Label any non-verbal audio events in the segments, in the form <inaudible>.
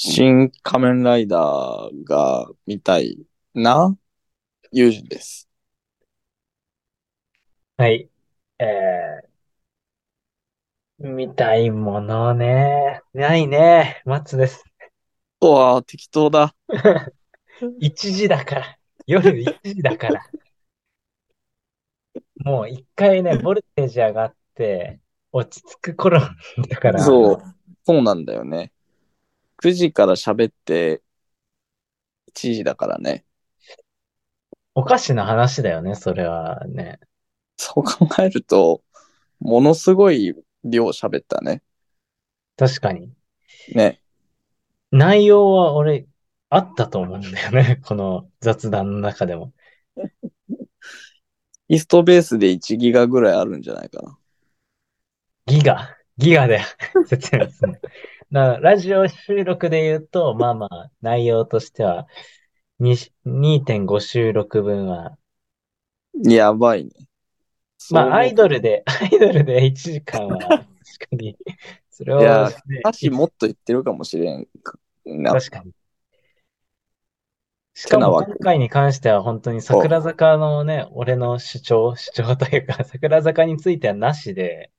新仮面ライダーが見たいな、ユージです。はい。えー、見たいものね。ないね。マッツです。うわー適当だ。 1時だから。夜1時だから。 <laughs> もう一回ね、ボルテージ上がって、落ち着く頃だから。そう。そうなんだよね。9時から喋って、1時だからね。おかしな話だよね、それはね。そう考えると、ものすごい量喋ったね。確かに。ね。内容は俺、あったと思うんだよね。この雑談の中でも。イーストベースで1ギガぐらいあるんじゃないかな。ギガ、ギガで <laughs> 説明するの。だからラジオ収録で言うと、まあまあ、内容としては、に2.5収録分は、やばいね。まそうあ、アイドルで、 <laughs> アイドルで1時間は、確かに、それをいやね歌詞もっと言ってるかもしれんな。確かに。しかてなもわけ今回に関しては本当に桜坂のね、俺の主張、主張というか、 <laughs> 桜坂についてはなしで、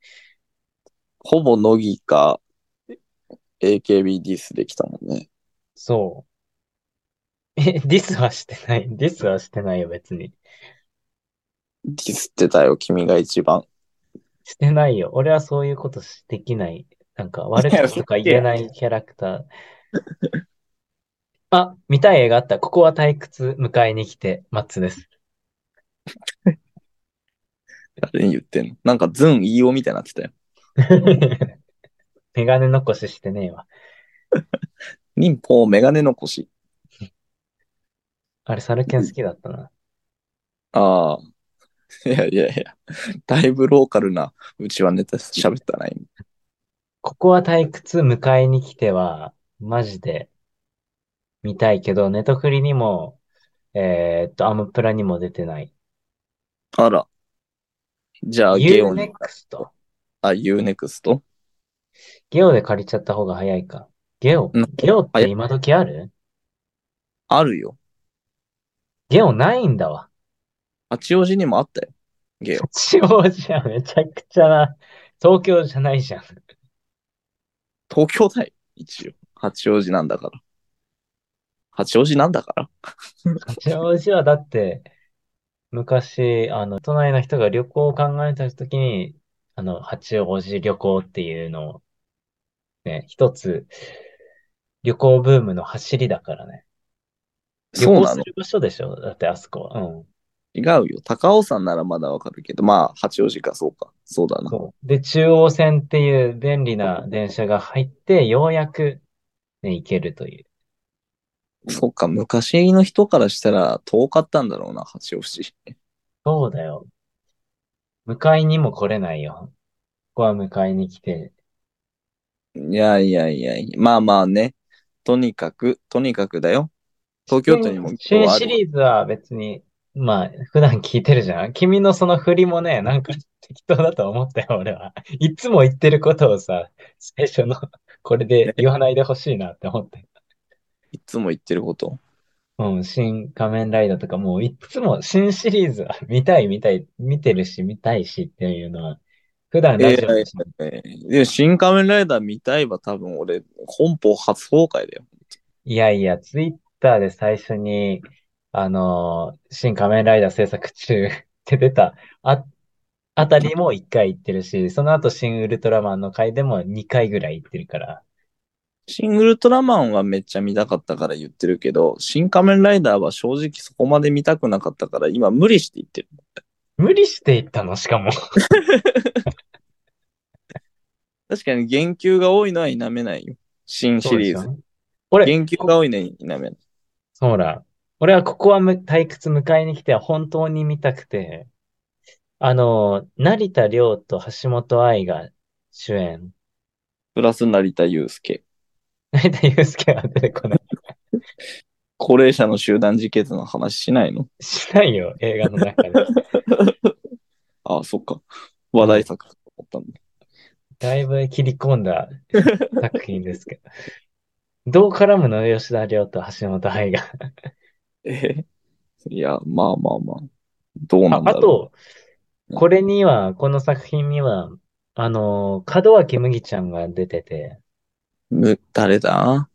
ほぼ乃木か AKB ディスできたもんね。そう。え、ディスはしてない。ディスはしてないよ、別に。ディスってたよ、君が一番。してないよ。俺はそういうことしできない。なんか悪口とか言えないキャラクター。あ、見たい映画あった。ここは退屈迎えに来て、マッツです。 <laughs> 誰に言ってんのなんかズン飯尾みたいになってたよ。メガネ残ししてねえわ。忍法メガネ残し。あれ、サルケン好きだったな。あ <laughs> あ。いやいやいや。だいぶローカルなうちはネタ喋ったな、今。ここは退屈迎えに来ては、マジで見たいけど、ネトフリにも、えーっと、アマプラにも出てない。あら。じゃあ、ゲオに、 UNEXT。あ、UNEXT? ゲオで借りちゃった方が早いか。ゲオうん、ゲオって今時あるあるよ。ゲオないんだわ。八王子にもあったよ。ゲオ。地方じゃんめちゃくちゃな。東京じゃないじゃん。東京だよ、一応。八王子なんだから。八王子なんだから八王子はだって、昔、あの、都内の人が旅行を考えた時に、あの、八王子旅行っていうのを、ね、一つ、旅行ブームの走りだからね。旅そう行なすのる場所でしょだってあそこは。うん。違うよ。高尾山ならまだわかるけど、まあ、八王子か、そうか。そうだな。そう。で、中央線っていう便利な電車が入って、ようやく、ね、行けるという。そうか、昔の人からしたら遠かったんだろうな、八王子。そうだよ。迎えにも来れないよ。ここは迎えに来て。いやいやいやいや、まあまあね。とにかく、とにかくだよ。東京都にも新今日あシるリーズは別に、まあ、普段聞いてるじゃん。君のその振りもね、なんか適当だと思ったよ、俺は。いつも言ってることをさ、最初の、これで言わないでほしいなって思って。いつも言ってること。うん、新仮面ライダーとか、もういつも新シリーズは見たい見たい、見てるし見たいしっていうのは、普段ラジオでしえーで、新仮面ライダー見たいは多分俺、本邦初公開だよ。いやいや、ツイッターで最初に、あのー新仮面ライダー制作中 <laughs> って出たあ、あたりも1回言ってるし、その後新ウルトラマンの回でも2回ぐらい言ってるから。シングルトラマンはめっちゃ見たかったから言ってるけど、新仮面ライダーは正直そこまで見たくなかったから、今無理して言ってる。無理して言ったの、しかも。確かに言及が多いのは否めないよ。新シリーズそう。でしょ俺、言及が多いのは否めない。そうだ。俺はここはむ退屈迎えに来て本当に見たくて、あの、成田凌と橋本愛が主演。プラス成田悠介。成田悠介は出てこない。高齢者の集団自決の話しないのしないよ、映画の中で。ああ、そっか。話題作だと思ったんだ。だいぶ切り込んだ作品ですけど。どう絡むの吉田亮と橋本愛が。えいや、まあまあまあ。どうなんだああろと、これには、この作品には、あの、門脇麦ちゃんが出てて、う。む誰だ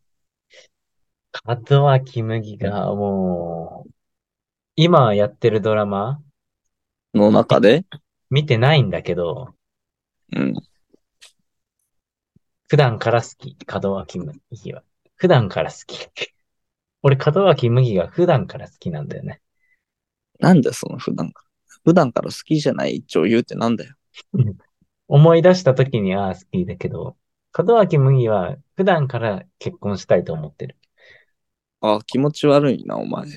門脇麦がもう、今やってるドラマの中で見てないんだけど、うん。普段から好き、門脇麦は。普段から好き。俺、門脇麦が普段から好きなんだよね。なんだよその普段から。普段から好きじゃない女優ってなんだよ。思い出した時に、ああ、好きだけど、門脇麦は普段から結婚したいと思ってる。あ、気持ち悪いな、お前。 <laughs>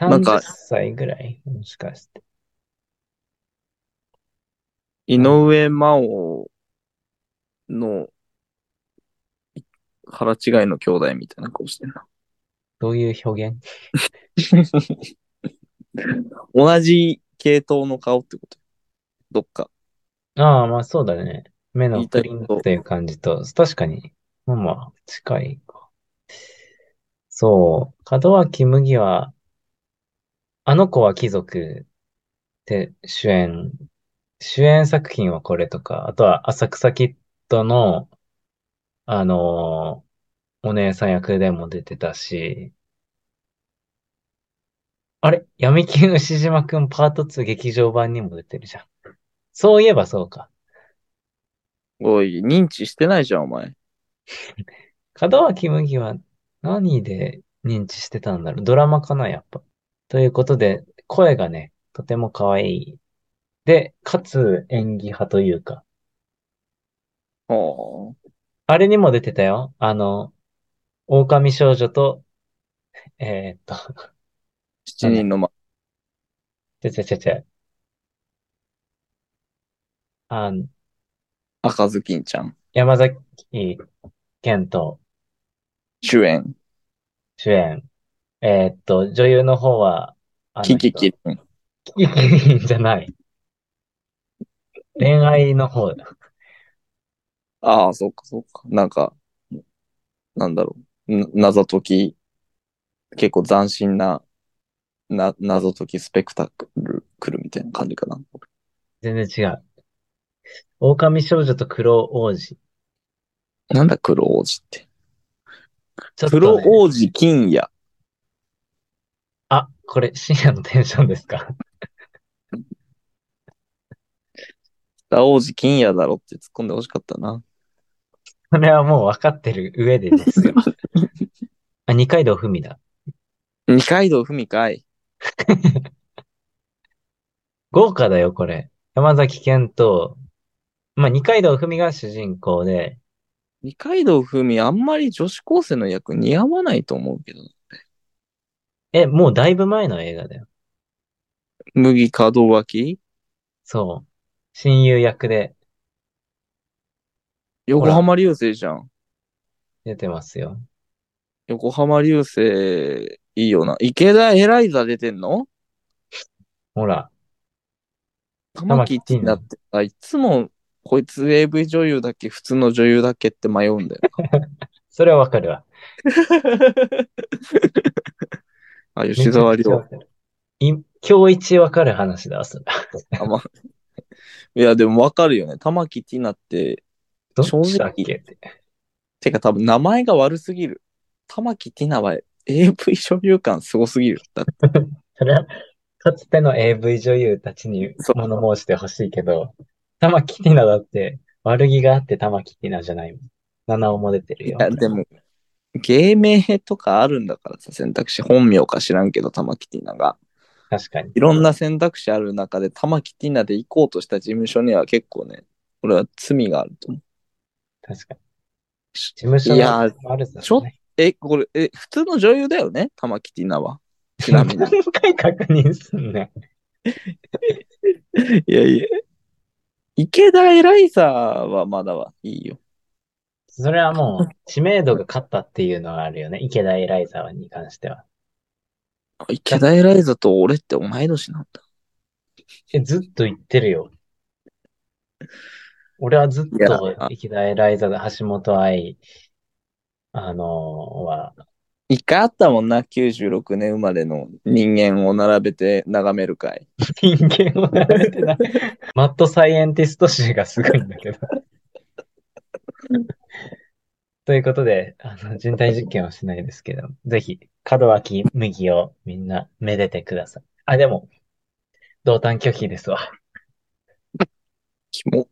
なんか30歳ぐらいもしかして。井上真央の腹違いの兄弟みたいな顔してるな。どういう表現同じ系統の顔ってことどっか。ああ、まあそうだね。目の言いたいプリントっていう感じと、確かに、まあまあ、近いか。そう、門脇麦は、あの子は貴族で主演、主演作品はこれとか、あとは浅草キッドの、あのーお姉さん役でも出てたし、あれ闇金牛島くんパート2劇場版にも出てるじゃん。そういえばそうか。おい、認知してないじゃん、お前。門脇麦は何で認知してたんだろうドラマかなやっぱ。ということで、声がね、とても可愛い。で、かつ演技派というか。おーあれにも出てたよ。あの、狼少女と、えーっと、 <laughs> 七人のま、ちゃちゃちゃちゃ。あの、赤ずきんちゃん。山崎賢人主演。主演。えーっと、女優の方は、あのキ人キキリン。キキキリン <laughs> じゃない。恋愛の方だ。ああ、そっかそっか。なんか、なんだろう。な謎解き、結構斬新な、な、謎解きスペクタクル、来るみたいな感じかな。全然違う。狼少女と黒王子。なんだ黒王子って。ちょっとね黒王子金也。あ、これ深夜のテンションですか北王子金也だろって突っ込んでほしかったな。それはもう分かってる上 <laughs> でですよ。あ、二階堂ふみだ。二階堂ふみかい。豪華だよ、これ。山崎賢と、まあ、二階堂ふみが主人公で、二階堂ふみあんまり女子高生の役似合わないと思うけど。え、もうだいぶ前の映画だよ。麦門脇そう。親友役で横浜流星じゃん。出てますよ。横浜流星、いいよな。池田エライザ出てんのほら、玉木ってなってあいつも、こいつ AV 女優だっけ普通の女優だっけって迷うんだよ。それはわかるわ。あ、吉沢亮。い今日一わかる話だわ、それ。あまあいや、でもわかるよね。玉木ティナって、ど正直っちだっけって。てか多分名前が悪すぎる。玉木ティナは AV 所有感すごすぎる。だってそれは、かつての AV 女優たちにそう物申してほしいけど、玉木ティナだって、悪気があって玉木ティナじゃないもん。七尾も出てるいよ。や、でも、芸名とかあるんだからさ、選択肢。本名か知らんけど、玉木ティナが。確かに。いろんな選択肢ある中で、玉木ティナで行こうとした事務所には結構ね、これは罪があると思う。確かに。事務所のいやあるさ、ね。ちょっえ、これ、え、普通の女優だよね玉木ティナは。ちなみに。何回確認すんね <laughs> いやいや。池田エライザーはまだはいいよ。ん。それはもう、知名度が勝ったっていうのはあるよね。池田エライザーに関しては。あ池田エライザーと俺って同い年なんだ。え、ずっと言ってるよ。俺はずっいや、と池田エライザで橋本愛、あのは、一回あったもんな、96年生まれの人間を並べて眺める会。人間を並べて <laughs> ない。マッドサイエンティスト誌がすごいんだけど。ということで、あの、人体実験はしないですけど、ぜひ、門脇麦をみんなめでてください。あ、でも、同担拒否ですわ。キモ。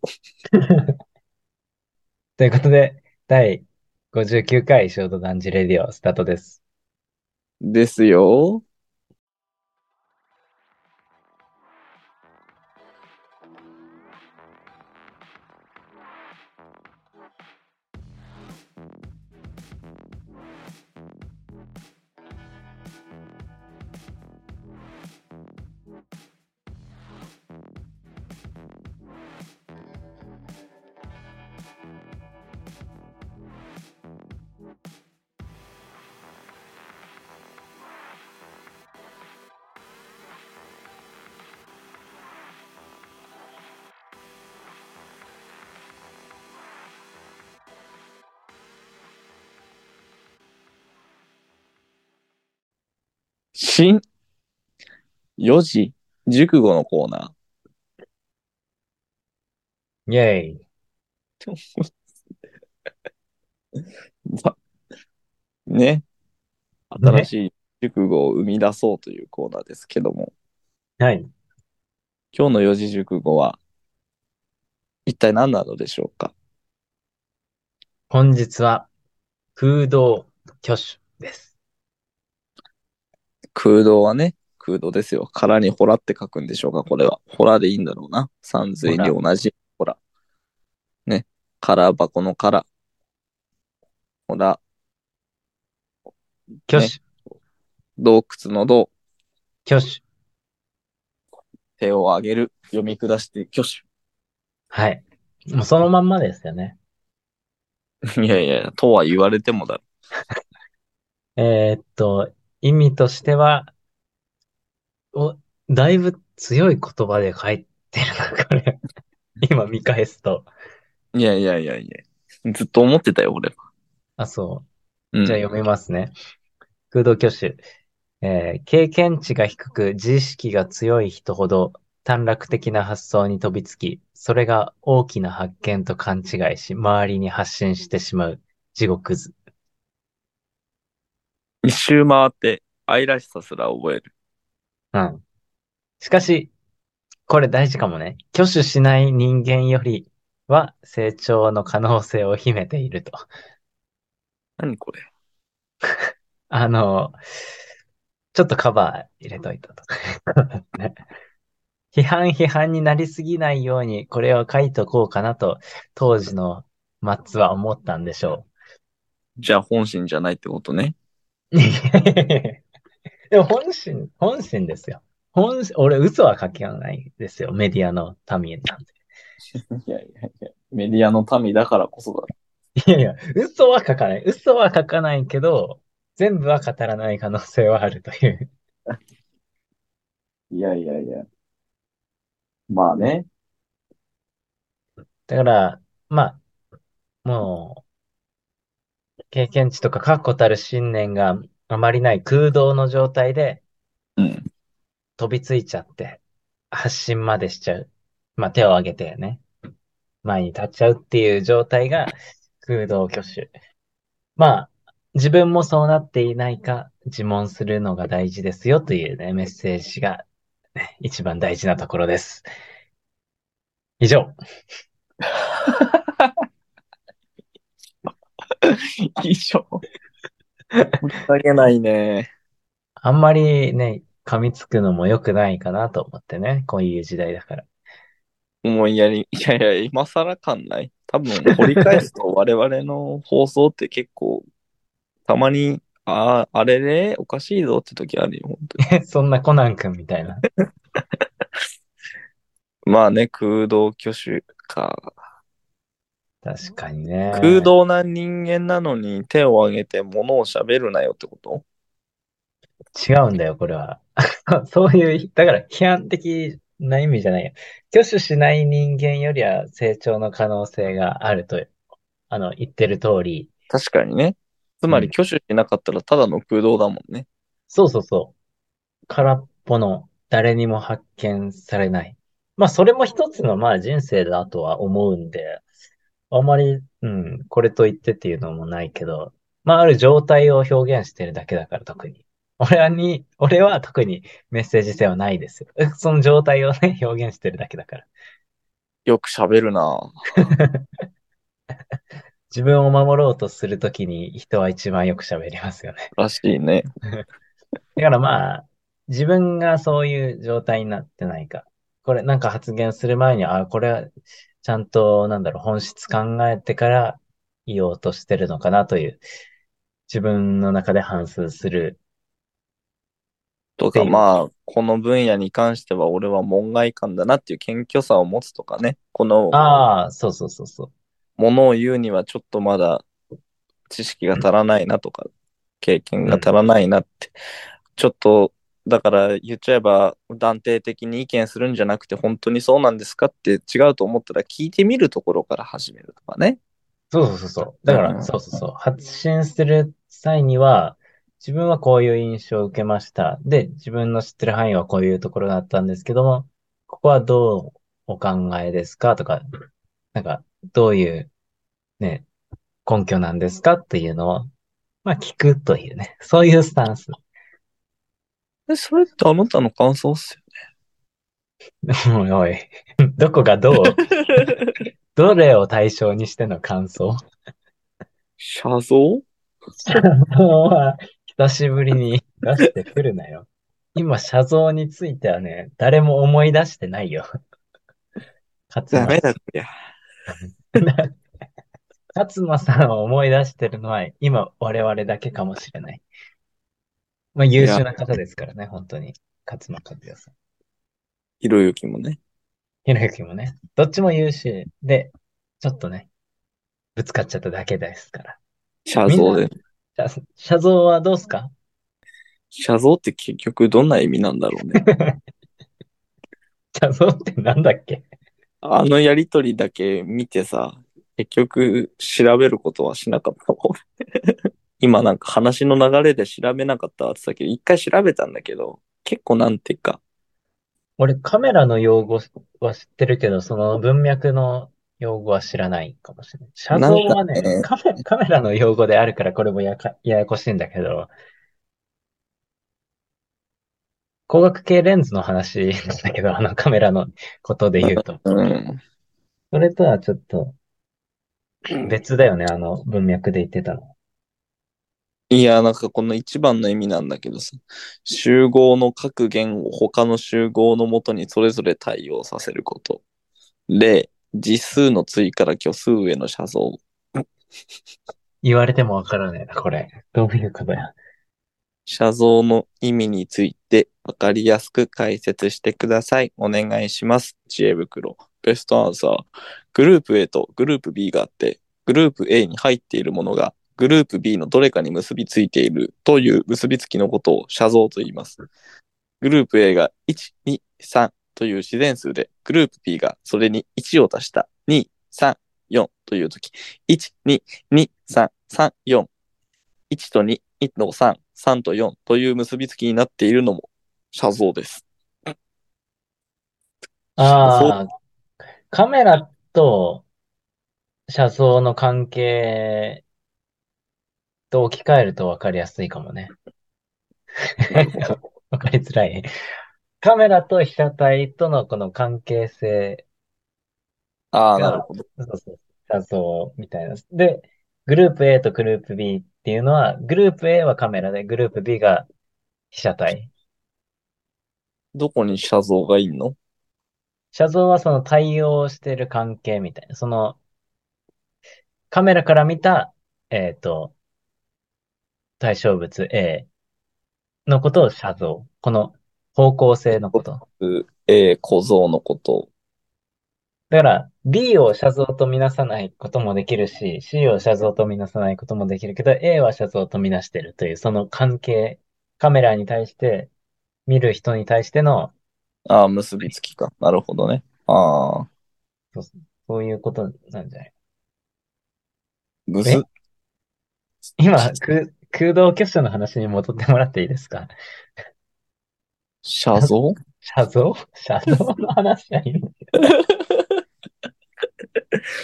ということで、第59回ショートダンジレディオスタートです。ですよ。新4時熟語のコーナイェイ。ー。ばね。新しい熟語を生み出そうというコーナーですけども、はい。今日の四字熟語は一体何なのでしょうか本日は、空洞挙手です。空洞はね、空洞ですよ。空にほらって書くんでしょうかこれは。ほらでいいんだろうな。三髄に同じ。ほら。ね。空箱の空。ほら。挙ね。手、洞窟の洞。挙手。手を上げる。読み下して挙手。はい。もうそのまんまですよね。いやいや、とは言われてもだろ。えーっと、意味としては、お、だいぶ強い言葉で書いてるな、これ。 <laughs> 今見返すと。いやいやいやいや。ずっと思ってたよ、俺は。あ、そうう。ん。じゃあ読みますね。空洞挙手。えー経験値が低く自意識が強い人ほど短絡的な発想に飛びつき、それが大きな発見と勘違いし、周りに発信してしまう地獄図。一周回って愛らしさすら覚える。うん。しかし、これ大事かもね。挙手しない人間よりは成長の可能性を秘めていると。何これあの、ちょっとカバー入れといたと。 <laughs> 批判批判になりすぎないように、これを書いとこうかなと、当時のマッツは思ったんでしょじゃあ本心じゃないってことね。う。 <laughs> でも本心、本心ですよ。本心、俺嘘は書けないですよ。メディアの民なんて。いやいやいや。メディアの民だからこそだ。いやいや、嘘は書かない。嘘は書かないけど、全部は語らない可能性はあるという。いやいやいや。まあね。だから、まあ、もう、経験値とか確固たる信念があまりない空洞の状態でうん。飛びついちゃって、発信までしちゃう。まあ、手を挙げてね、前に立っちゃうっていう状態が空洞挙手。まあ、自分もそうなっていないか自問するのが大事ですよというね、メッセージが、ね、一番大事なところです。以上。以上。申し訳ないね。あんまりね、噛みつくのも良くないかなと思ってね、こういう時代だから。 <laughs> 思いやり、いやいや、今更感ない。多分、掘り返す <laughs> と我々の放送って結構、たまに、ああ、あれれ、おかしいぞって時あるよ、本当に。そんなコナン君みたいな。まあね、空洞挙手か。確かにね。空 <laughs> 洞な人間なのに手を挙げて物を喋るなよってこと違うんだよ、これは。そういう、だから批判的な意味じゃないや。挙手しない人間よりは成長の可能性があると、あの、言ってる通り、確かにね。つまり挙手しなかったらただの空洞だもんね。そうそうそう。空っぽの、誰にも発見されない。まあ、それも一つの、まあ、人生だとは思うんで、あまり、うん、これと言ってっていうのもないけど、まあ、ある状態を表現してるだけだから、特に。俺はに、俺は特にメッセージ性はないですよ。 <laughs> その状態をね、表現してるだけだから。よく喋るな自分を守ろうとするときに人は一番よく喋りますよね。らしいね。だからまあ、自分がそういう状態になってないか。これなんか発言する前に、あ、これはちゃんと、なんだろう、本質考えてから言おうとしてるのかなという、自分の中で反芻する。とか、まあ、この分野に関しては俺は門外漢だなっていう謙虚さを持つとかね。このああ、そうそうそうそう。ものを言うにはちょっとまだ知識が足らないなとか、経験が足らないなって。ちょっと、だから言っちゃえば断定的に意見するんじゃなくて本当にそうなんですかって違うと思ったら聞いてみるところから始めるとかね。そうそうそうそう。だかうら、んそうそうそう。発信する際には、自分はこういう印象を受けました。で、自分の知ってる範囲はこういうところだったんですけども、ここはどうお考えですかとか、なんか、どういう、ね、根拠なんですかっていうのを、まあ、聞くというね。そういうスタンス。 <laughs> でそれってあなたの感想っすよ。おいおい。どこが <laughs> どう、どれを対象にしての感想写像もうは、 <laughs> 久しぶりに出してくるなよ。今、写像についてはね、誰も思い出してな <laughs> いよ。勝ダ間メだこりゃ。勝間さんを思い出してるのは、今、我々だけかもしれない。まあ、優秀な方ですからね、本当に。勝間和代さん。ひろゆきもね。ひろゆきもね、どっちも優秀で、ちょっとね、ぶつかっちゃっただけですから。写像で。じゃあ写像はどうすか写像って結局どんな意味なんだろうね。写像ってなんだっけあのやりとりだけ見てさ、結局調べることはしなかったもん。 <laughs> 今なんか話の流れで調べなかったって言ってたけど、一回調べたんだけど、結構なんていうか、俺、カメラの用語は知ってるけど、その文脈の用語は知らないかもしれない。写像はね、なんカメ、カメラの用語であるから、これもやか、ややこしいんだけど、光学系レンズの話なんだけど、あのカメラのことで言うと。うん。それとはちょっと別だよね、あの文脈で言ってたの。いや、なんかこの一番の意味なんだけどさ、集合の各言を他の集合のもとにそれぞれ対応させること。例、実数の対から虚数への写像。言われてもわからねえな、これ。どういうことや。写像の意味について分かりやすく解説してください。お願いします。知恵袋。ベストアンサー。グループ A とグループ B があって、グループ A に入っているものがグループ B のどれかに結びついているという結びつきのことを写像と言います。グループ A が1、2、3という自然数で、グループ B がそれに1を足した2、3、4というとき、1、2、2、3、3、4、1と2、2と3、3と4という結びつきになっているのも写像です。ああ、カメラと車窓の関係と置き換えると分かりやすいかもね。 <laughs> 分かりづらい。カメラと被写体とのこの関係性ああ、がなるほど。そうそう車窓みたいな。で、グループ A とグループ B っていうのは、グループ A はカメラで、グループ B が被写体。どこに写像がいんの写像はその対応してる関係みたいな。その、カメラから見た、えっと、対象物 A のことを写像。この方向性のこと。 ?A 小像のこと。だから、B を写像とみなさないこともできるし、C を写像とみなさないこともできるけど、A は写像とみなしてるという、その関係、カメラに対して、見る人に対してのああ、結びつきか。なるほどね。ああ、そう、そういうことなんじゃないむえす、今、空、空洞結社の話に戻ってもらっていいですか写像写像写像の話じゃいいんだけど。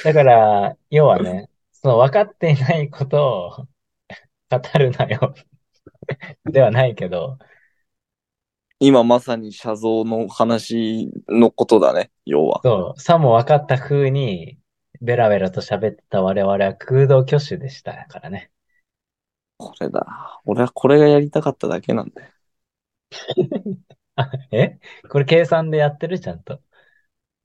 だから、要はね、その分かっていないことを語るなよ <laughs> ではないけど、今まさに写像の話のことだね、要は。そう、さも分かった風に、ベラベラと喋ってた我々は空洞挙手でしたからね。これだ。俺はこれがやりたかっただけなんだよ。あえこれ計算でやってるちゃんと。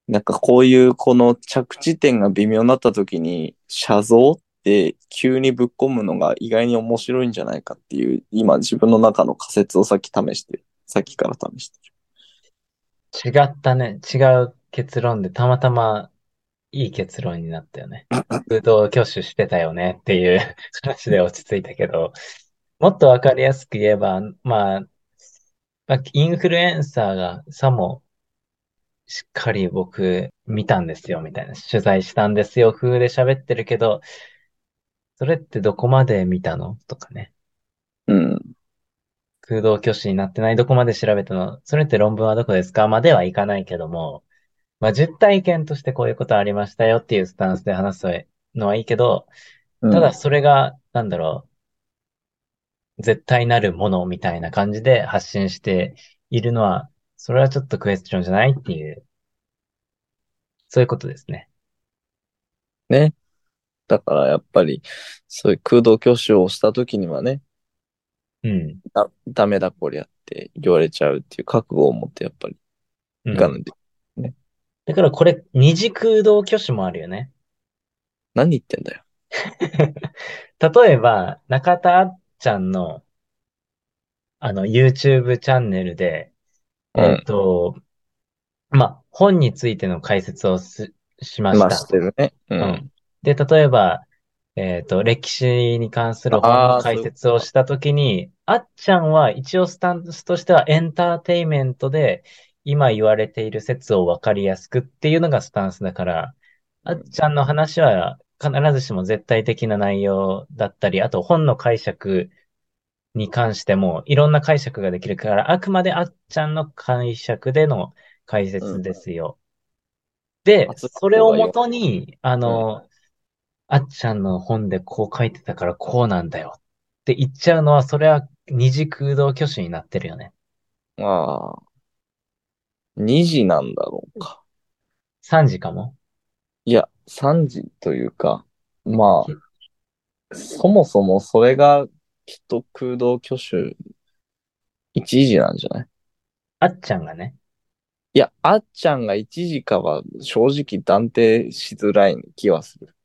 なんかこういうこの着地点が微妙になった時に、写像って急にぶっ込むのが意外に面白いんじゃないかっていう、今自分の中の仮説をさっき試してる。さっきから試してる。違ったね。違う結論で、たまたまいい結論になったよね。空洞挙手してたよねっていう <laughs> 話で落ち着いたけど、もっとわかりやすく言えば、まあ、まあ、インフルエンサーがさもしっかり僕見たんですよみたいな、取材したんですよ風で喋ってるけど、それってどこまで見たのとかね。うん。空洞挙手になってないどこまで調べたのそれって論文はどこですかまではいかないけども、まあ、実体験としてこういうことありましたよっていうスタンスで話すのはいいけど、うたん。だそれが、なんだろう、絶対なるものみたいな感じで発信しているのは、それはちょっとクエスチョンじゃないっていう、そういうことですね。ね。だからやっぱり、そういう空洞挙手をした時にはね、うん、だダメだこりゃって言われちゃうっていう覚悟を持ってやっぱりう。いかなんいとね。だからこれ、二次空洞挙手もあるよね。何言ってんだよ。 <laughs> 例えば、中田あっちゃんの、あの、YouTube チャンネルで、うえっん。と、まあ、本についての解説をす、しまし。まあ、したてるね。ううん。ん。で、例えば、えっと、歴史に関する本のああ、解そういうこ説をとしたときに、あっちゃんは一応スタンスとしてはエンターテイメントで、今言われている説をわかりやすくっていうのがスタンスだから、あか。うっんちゃんの話は必ずしも絶対的な内容だったり、あと本の解釈に関してもいろんな解釈ができるから、あくまであっちゃんの解釈での解う説ん。ですよ。で、圧それ力をがも弱とに、あい。うん。の、あっちゃんの本でこう書いてたからこうなんだよって言っちゃうのは、それは二次空洞挙手になってるよね。ああ、2時なんだろうか。三次かも。いや、3時というか、まひあ、そもそもそれがきっと空洞挙手1時なんじゃないあっちゃんがね。いや、あっちゃんが1時かは正直断定しづらい気はする。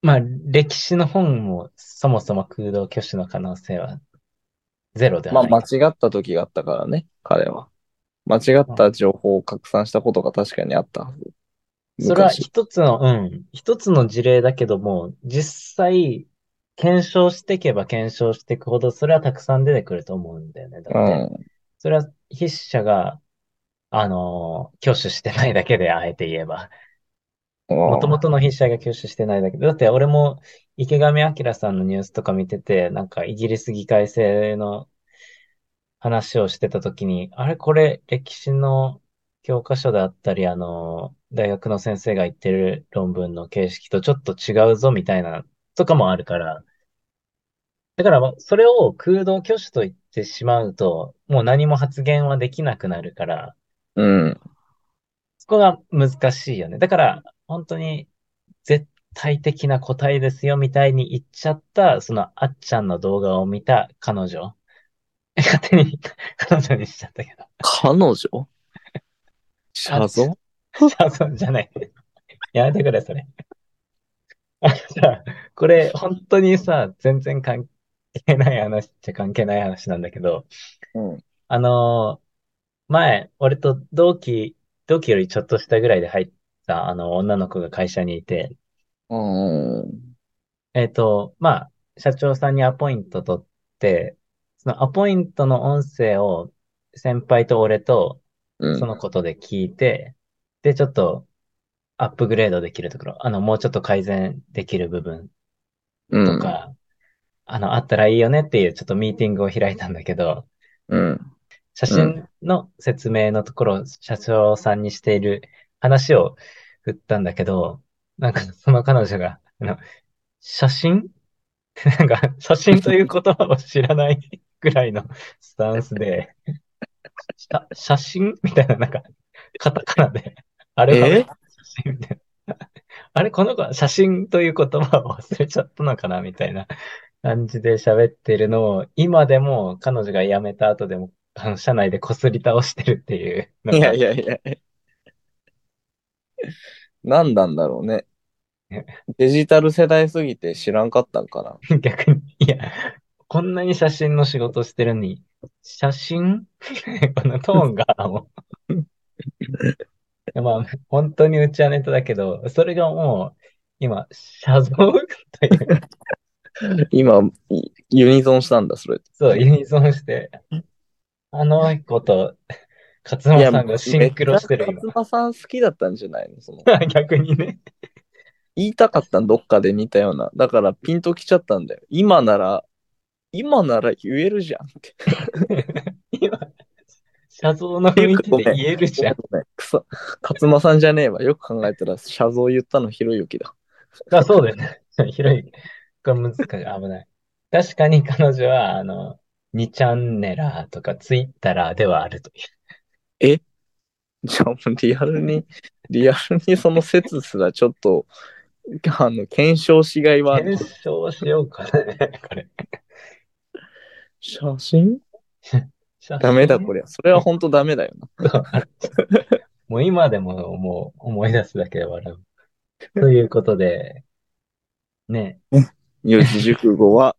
まあ、歴史の本もそもそも空洞挙手の可能性はゼロではまあ、ない間違かった時があったからね、彼は。間違っら。うんた情報を拡散したことが確かにあったはず。それは昔。一つの、うん、一つの事例だけども、実際、検証していけば検証していくほど、それはたくさん出てくると思うんだよね。だうって、ん。それは筆者が、あのー挙手してないだけで、あえて言えば。うもともん。との筆者が挙手してないだけで、だって俺も池上彰さんのニュースとか見てて、なんかイギリス議会制の話をしてた時に、あれこれ歴史の教科書であったり、あの、大学の先生が言ってる論文の形式とちょっと違うぞみたいなとかもあるから、だからまあそれを空洞挙手と言ってしまうと、もう何も発言はできなくなるから、うん。そこが難しいよね。だから、本当に絶対的な答えですよみたいに言っちゃった、そのあっちゃんの動画を見た彼女。勝手に <laughs> 彼女にしちゃったけど。彼女あっ写ちゃん、像 <laughs> そうそうじゃない。やめてくれ、それ。あのさ、これ本当にさ、全然関係ない話っちゃ関係ない話なんだけど、うん。あのー前、俺と同期、同期よりちょっとしたぐらいで入った、あの、女の子が会社にいて、うん。えっと、まあ、社長さんにアポイント取って、そのアポイントの音声を先輩と俺とうそん。のことで聞いて、で、ちょっとアップグレードできるところ、あの、もうちょっと改善できる部分うとん。か、あの、あったらいいよねっていうちょっとミーティングを開いたんだけど、うん。写う真の説明のところ、社長さんにしている話を振ったんだけど、なんかその彼女が、あの、写真 <laughs> ってなんか、写真という言葉を知らないぐらいのスタンスで、写写真みたいな、なんか、カタカナで、あれはえ写真みたいな。 <laughs> あれ、この子は写真という言葉を忘れちゃったのかなみたいな感じで喋ってるのを、今でも彼女が辞めた後でも、あの社内でこすり倒してるっていういのやが、いやいや。何なんだろうね。デジタル世代すぎて知らんかったんかな。逆に、いや、こんなに写真の仕事してるのに、写真 <laughs> このトーンが、もう、ま <laughs> あ、本当にうちはネタだけど、それがもう、今、写像という、今、いユニゾンしたんだ、それ。そう、ユニゾンして、あの子と、勝い間や、さんがシめンっクちロゃしてる、勝間さん好きだったんじゃないのその、今。逆にね。言いたかったんどっかで似たような。だからピンときちゃったんだよ。今なら、今なら言えるじゃんって。今、写像のっていう雰囲か気ごでめん。言えるじごめんゃん。ごめん。くそ。勝間さんじゃねえわ。よく考えたら、謝像言ったのひろゆきだ。あ、そうだよね。広い。これ難しい。危ない。確かに彼女は、あの、2チャンネラーとかツイッターではあるとい。えじゃあもうリアルに、リアルにその説すらちょっと、あの、検証しがいうはある。検証しようかね、これ。写真写ダメだ、真こりゃ。それは本当ダメだよ <laughs> な。と、あもう今でももう思い出すだけで笑う。ということで、ね、四字熟語は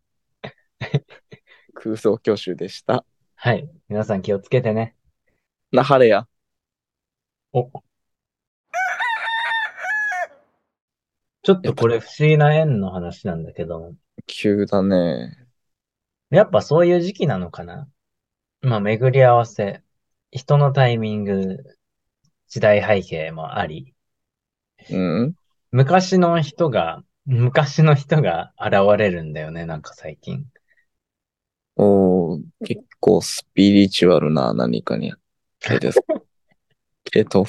空想教習でした。はい。皆さん気をつけてね。なはれや。お、ちょっやとっぱこれ不思議な縁の話なんだけども、急だね。やっぱそういう時期なのかな。まあ、巡り合わせ、人のタイミング、時代背景もあり、うん昔の人が、昔の人が現れるんだよね、なんか最近。おー、結構スピリチュアルな何かに手です。 <laughs> けど、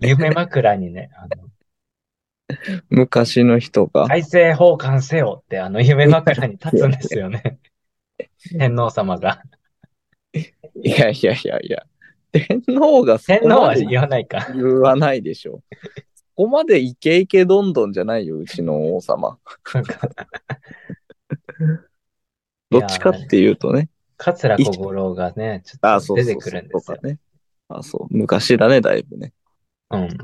夢枕にね、あ <laughs> の、昔の人が、大政奉還せよってあの夢枕に立つんですよ <laughs> ね。天皇様が。いやいやいやいや、天皇がそ天こ皇まはで言わないか。言わないでしょ。ここまでイケイケどんどんじゃないよ、うちの王 <laughs> 様。なんかいどっやちかっー、ていうとね。桂小五郎がね、ちょっああ、とそう出てそうくそう、るんでとすかよ。ね。あそう、昔だね、だいぶね。うん。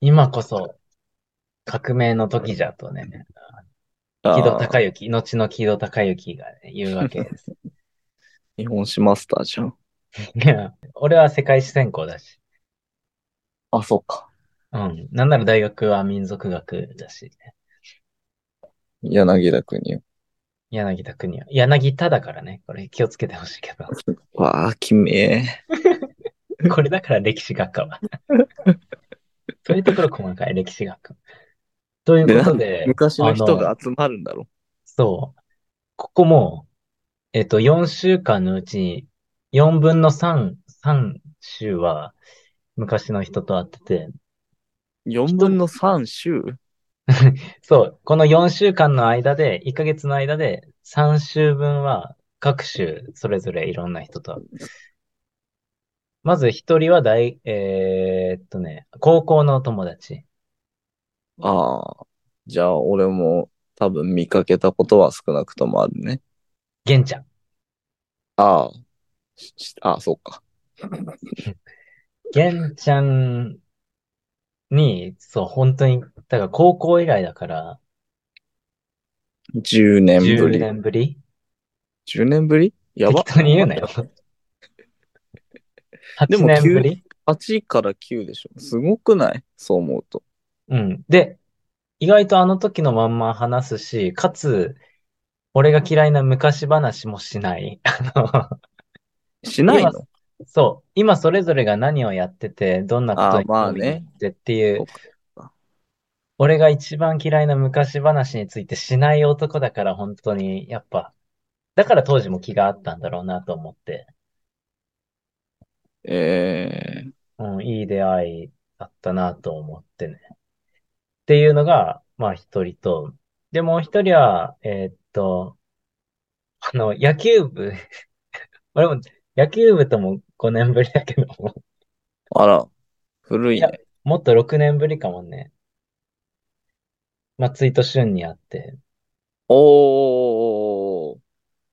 今こそ革命の時じゃとね、木戸ああ、孝之、後の木戸孝之が、ね、言うわけです。 <laughs> 日本史マスターじゃん。いや、俺は世界史専攻だし。あ、そっか。うん。なんなら大学は民族学だし、柳田国よ。柳田国は。柳田だからね。これ気をつけてほしいけど。わあ、きめえ。 <laughs> これだから歴史学科 <laughs> は。そういうところ細かい歴史学科。というで、こなとんで、昔のあ人の、が集まるんだろそう。ここも、えっと、4週間のうちに、4分の3、3週は昔の人と会ってて、う。4人分の3週そう、この4週間の間で、1ヶ月の間で3週分は各週それぞれいろんな人と。まず1人は大、えーっとね、高校のお友達。ああ、じゃあ俺も多分見かけたことは少なくともあるね。玄ちゃん。ああ、しああ、そっか。玄ちゃんに、そう、本当に、だから高校以来だから10年ぶ10り。年ぶり10年ぶりや適ば。当に言うな <laughs> よ。で8も年ぶ9、り8から9でしょ。すごくないそう思うと。うん。で、意外とあの時のまんま話すし、かつ、 <laughs> 俺が嫌いな昔話もしない。あの、しない今、のそう、今それぞれが何をやってて、どんなことああ、にまあ興味持ね。ってっていう、そうかそうか俺が一番嫌いな昔話についてしない男だから本当に、やっぱ、だから当時も気があったんだろうなと思って、ええうん、いい出会いだったなと思ってね。っていうのが、まあ一人と、で、もう一人は、えーっと、あの、野球部、 <laughs> 俺も野球部とも5年ぶりだけども、あら、古いいや、ね。もっと6年ぶりかもね。松井と俊に会って。おー、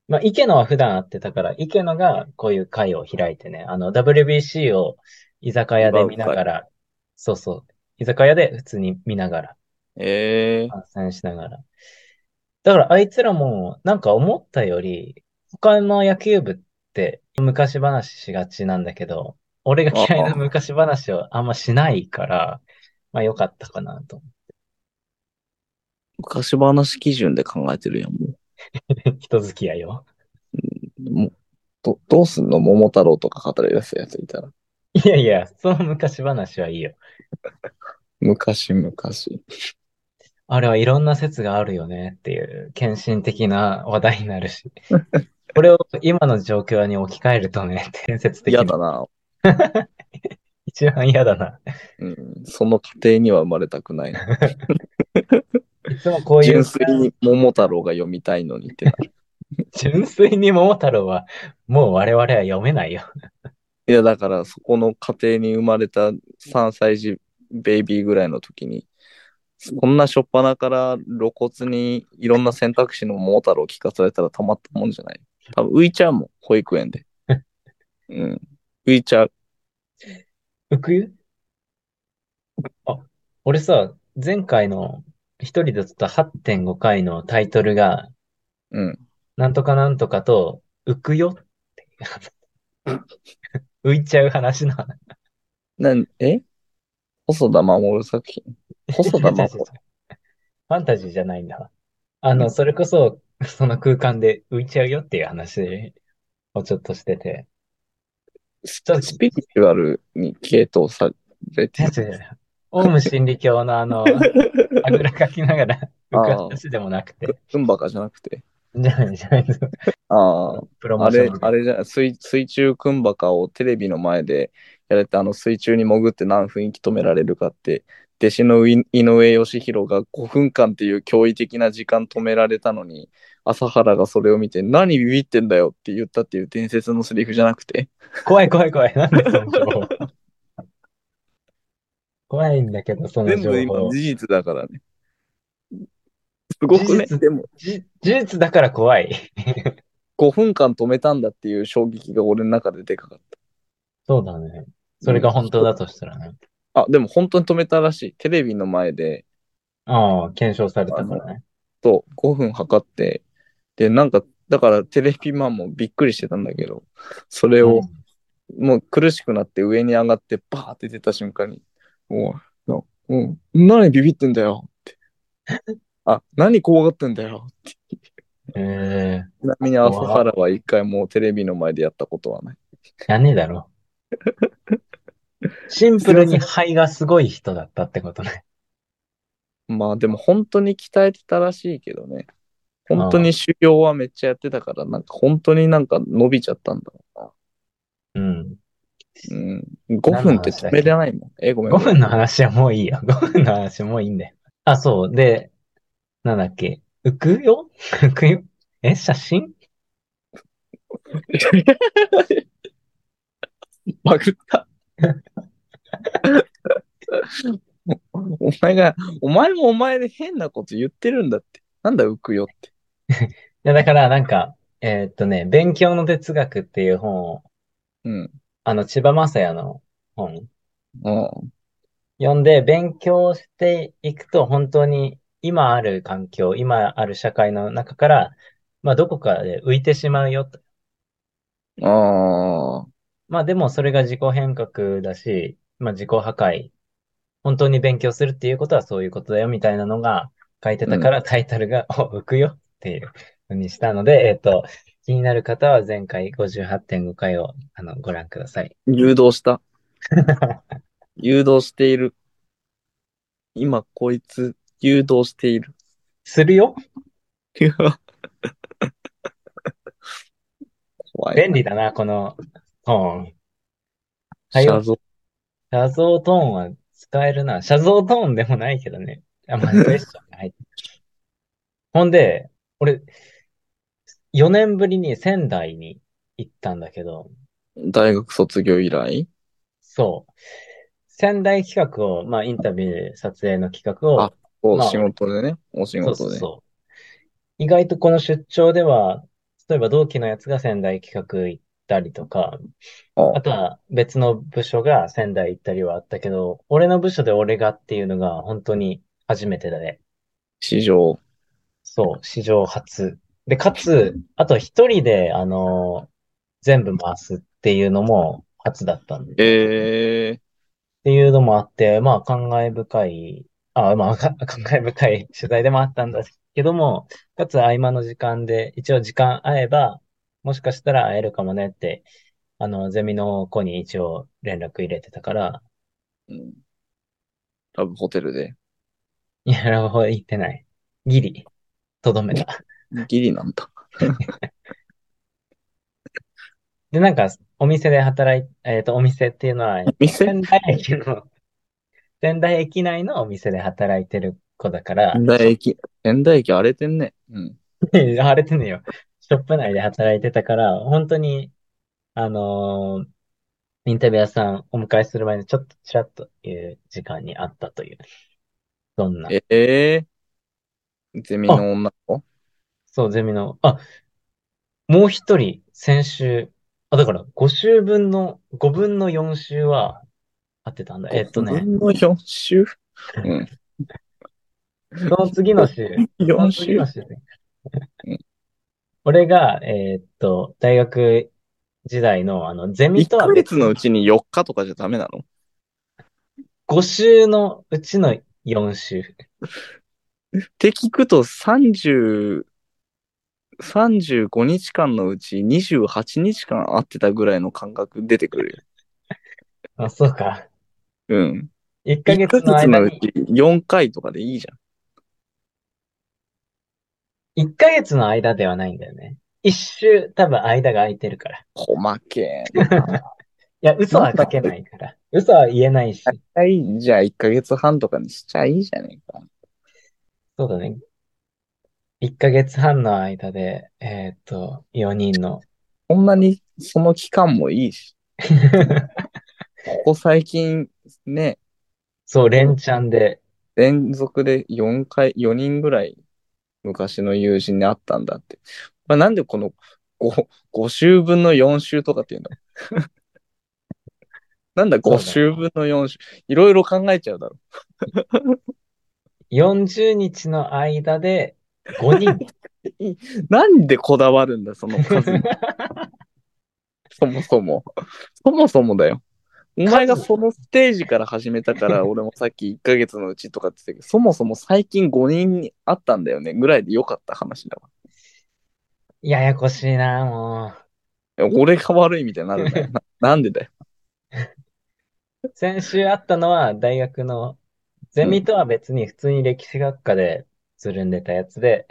まあ、池野は普段会ってたから、池野がこういう会を開いてね、あの、WBC を居酒屋祝でう見な会。がら、そうそう、居酒屋で普通に見ながら、ええ観戦しながら。だからあいつらも、なんか思ったより、他の野球部って昔話しがちなんだけど、俺があ嫌いなあ、昔話をあんましないから、まあ良かったかなと。 <laughs> 昔話基準で考えてるやん、もう。人付き合いを。もうど、どうすんの桃太郎とか語り出すやついたら。いやいや、その昔話はいいよ。昔々。あれはいろんな説があるよねっていう献身的な話題にな <laughs> るし、これを今の状況に置き換えるとね、伝説的嫌に。だな。一番嫌だな。うん。その過程には生まれたく <laughs> ないな。いつもこうい純う、粋に桃太郎が読みたいのにってなる。純粋に桃太郎はもう我々は読めないよ。いや、だからそこの家庭に生まれた3歳児ベイビーぐらいの時に、こんな初っ端から露骨にいろんな選択肢の桃太郎を聞かされたらたまったもんじゃない。多分浮いちゃうもん、保育園で。うん。浮いちゃう。浮くあ、俺さ、前回の一人で撮った8.5回のタイトルが、うん。なんとかなんとかと浮くよっていう浮いちゃう話の話。なん、え細田守作品。細違う田違う違 <laughs> う守。ファンタジーじゃないんだ。あうの、ん。それこそ、その空間で浮いちゃうよっていう話をちょっとしてて。ス、ちょっと、スピリチュアルに傾倒されてる。違う違うオウム真理教のあの、 <laughs> <laughs> あぐらかきながら浮くああ、話でもなくくて。ルンバカじゃなくて。じゃないじゃないです。ああ、プロモあーションれ、のあね。れじゃない水、水中クンバカをテレビの前でやれて、あの水中に潜って何分息止められるかって、弟子の井井上義弘が5分間っていう驚異的な時間止められたのに、朝原がそれを見て、何ビビってんだよって言ったっていう伝説のセリフじゃなくて。怖い怖い怖い。なんでその情報。 <laughs> 怖いんだけど、その全部情今報。事実だからね。すご事くね。実、でも、じ事実だから怖い。 5分間止めたんだっていう衝撃が俺の中ででかかった。そうだね。それうん。が本当だとしたらね。あ、でも本当に止めたらしい。テレビの前で、ああ、検証されあたかの、らね。と5分測って、で、なんか、だからテレビマンもびっくりしてたんだけど、それうをん。もう苦しくなって上に上がってバーって出た瞬間に、おい、な、うん、何ビビってんだよ。あ、何怖がってんだよ。ええちなみに朝怖っ。原は一回もうテレビの前でやったことはない。やんねえ <laughs> だろ。シンすプいルませにん。肺がすごい人だったってことね。まあでも本当に鍛えてたらしいけどね。本当あにあ、修行はめっちゃやってたから、なんか本当になんか伸びちゃったんだろうな。うん。うん。何の5分って話止だっめけれないもん。え、ごめんごめ ?5 ん。分の話はもういいよ。5分の話もういいんだよ。あ、そう。で、なんだっけ。浮くよ <laughs> 浮くよえ、写真 <laughs> バグった。お前が、お前もお前で変なこと言ってるんだって。なんだ浮くよって。いや、だからなんか、えーっとね、勉強の哲学っていう本を、うん。あの、千葉雅也の本うん読んで勉強していくと本当に今ある環境、今ある社会の中から、まあどこかで浮いてしまうよと。ああ、まあでもそれが自己変革だし、まあ自己破壊。本当に勉強するっていうことはそういうことだよみたいなのが書いてうたかん。 <laughs> らタイトルが、お、浮くよっていうふうにしたので、えっと、気になる方は前回58.5回をあのご覧ください。誘導 <laughs> した。誘導している。今、こいつ、誘導して <laughs> いる。するよ怖い。便利だな、このトーン。写像。写像トーンは使えるな。写像トーンでもないけどね。あ、まあ、クエスチョンが入ってるほんで、俺、4年ぶりに仙台に行ったんだけど、大学卒業以来そう。仙台企画を、まあ、インタビューで撮影の企画を、あおまあ仕事でね。お仕そ事うそうで。そう。意外とこの出張では、例えば同期のやつが仙台企画行ったりとか、ああとは別の部署が仙台行ったりはあったけど、俺の部署で俺がっていうのが本当に初めてだね。史上。そう、史上初。で、かつ、あと一人で、あの、全部回すっていうのも初だったんで。えっていうのもあって、まあ、感慨深い、あ、まあ、 <laughs> か感慨深い <laughs> 取材でもあったんだけども、かつ合間の時間で、一応時間合えば、もしかしたら会えるかもねって、あの、ゼミの子に一応連絡入れてたから、ーうん。多分ホテルで。いや、ラブホ行ってない。ギリ、とどめた。ギリなんだ。で、なんか、お店で働い、えっと、お店っていうのは、店仙台駅の、仙台駅内のお店で働いてる子だから、仙台駅、仙台駅荒れてんね。うん。荒れてんのよ。ショップ内で働いてたから、本当に、あのーインタビュアーさんお迎えする前にちょっとちらっという時間にあったという。どんな。ええー。ゼミの女の子そう、ゼミの、あ、もう一人、先週、あ、だから5週分の、5分の4週は合ってたんだ。えっとね、の4週うん。その次の週、その4次週の週ねうん。俺が、えーっと、大学時代の、あの、ゼミと1はヶ別月のうちに4日とかじゃダメなの5週のうちの4週。って聞くと30、35日間のうち28日間会ってたぐらいの感覚出てくるあ、そうか。よ。うん。 1ヶ1ヶ月の月間のうに、ち4回とかでいいじ1ヶ月の間ではないんだよね。1週、多分間が空いてるから。いゃん。細けえな。や、嘘は書けないから。嘘は言えないし。はい、じゃあ1ヶ月半とかにしちゃいいじゃねえか。そうだね。1ヶ月半の間で、えーっと、4人の。 <laughs> こんなにその期間もいいし、ここ最近ね、そう、連チャンで。連続で4回、4人ぐらい昔の友人に会ったんだって。まあ、なんでこの 5, 5週分の4週とかっていうの <laughs> なんだ5週分の4週。いろいろ考えちゃうだろ。 40日の間で5人。なんでこだわるんだ、その数にそもそも。そもそもだよ。お前がそのステージから始めたから、俺もさっき1ヶ月のうちとかって言ってたけど、そもそも最近5人に会ったんだよね、ぐらいでよかった話だわ。ややこしいな、もう。俺が悪いみたいになるんだよ。ななんでだよ。先週会ったのは大学の、ゼミとは別に普通に歴史学科でつるんでたやつで、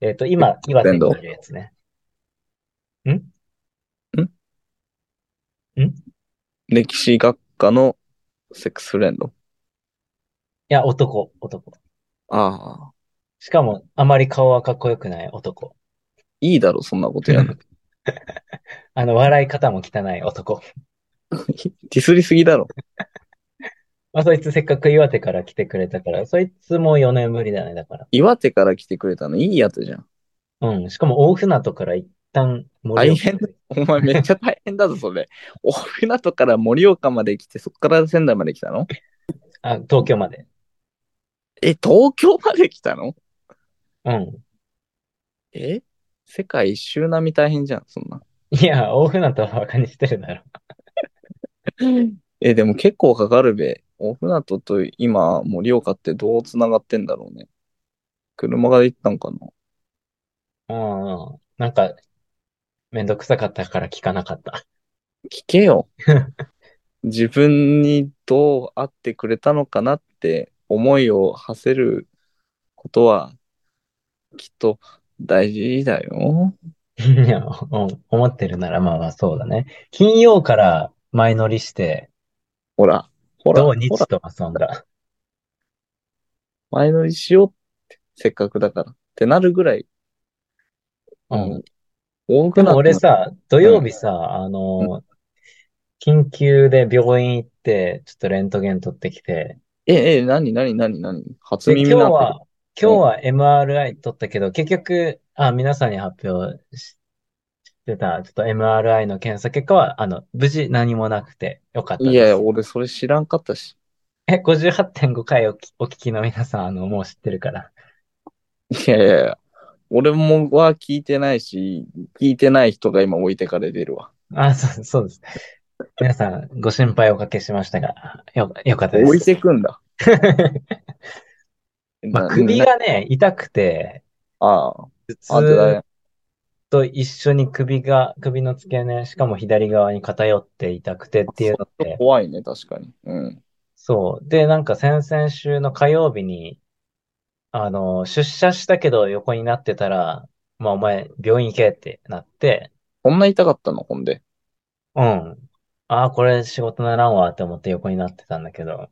えっと、今、岩手にいるやつね。ん歴史学科のセックスフレンド。いや、男、男。ああ。しかも、あまり顔はかっこよくない男。いいだろ、そんなことやんなくて。あの、笑い方も汚い男。ディスりすぎだろ。まあ、そいつせっかく岩手から来てくれたから、そいつも4年ぶりだね、だから。岩手から来てくれたのいいやつじゃん。うん、しかも大船渡から一旦盛大岡変だ。お前めっちゃ大変だぞ、それ。 <laughs> 大船渡から盛岡まで来て、そっから仙台まで来たのあ、東京まで。え、東京まで来たのうん。え世界一周並み大変じゃん、そんな。いや、大船渡は馬鹿にしてるだろ。え、でも結構かかるべ。大船渡と今、盛岡ってどう繋がってんだろうね。車が行ったんかなうんうん、なんか、めんどくさかったから聞かなかった。 <laughs> 聞けよ。自分にどう会ってくれたのかなって思いを馳せることは、きっと大事だよ。いや、お思ってるならまあまあそうだね。金曜から前乗りして、ほら、ほら、土ほ日ら、と遊んだ。前乗りしようって、せっかくだから。ってなるぐらい、うん。多くでなもって俺なさ、土曜日さ、あの、緊急で病院行って、ちょっとレントゲン取ってきて、え、え、なになになになに初で、耳今日なんだけは、今日は MRI 取ったけど、結局、あ、皆さんに発表ししてた、ちょっと MRI の検査結果は、あの、無事何もなくてよかったど。です。いやいや、俺それ知らんかったし。 <laughs> え、58.5回お聞きお聞きの皆さん、あの、もう知ってるから。いやいやいや、俺もは聞いてないし、聞いてない人が今置いてかれてるわ。あ、そう、そうです。皆さん、ご心配おかけしましたが、よ、よかったで置い <laughs> す。てくんだ。まあ、な首ながね、痛くて、ああ、ずあれだっね。と一緒に首が、首の付け根、しかも左側に偏って痛くてっていうので、怖いね、確かに。うん。そう。で、なんか先々週の火曜日に、あの、出社したけど横になってたら、まあお前、病院行けってなって、こんな痛かったの、ほんで。うん。ああ、これ仕事ならんわって思って横になってたんだけど、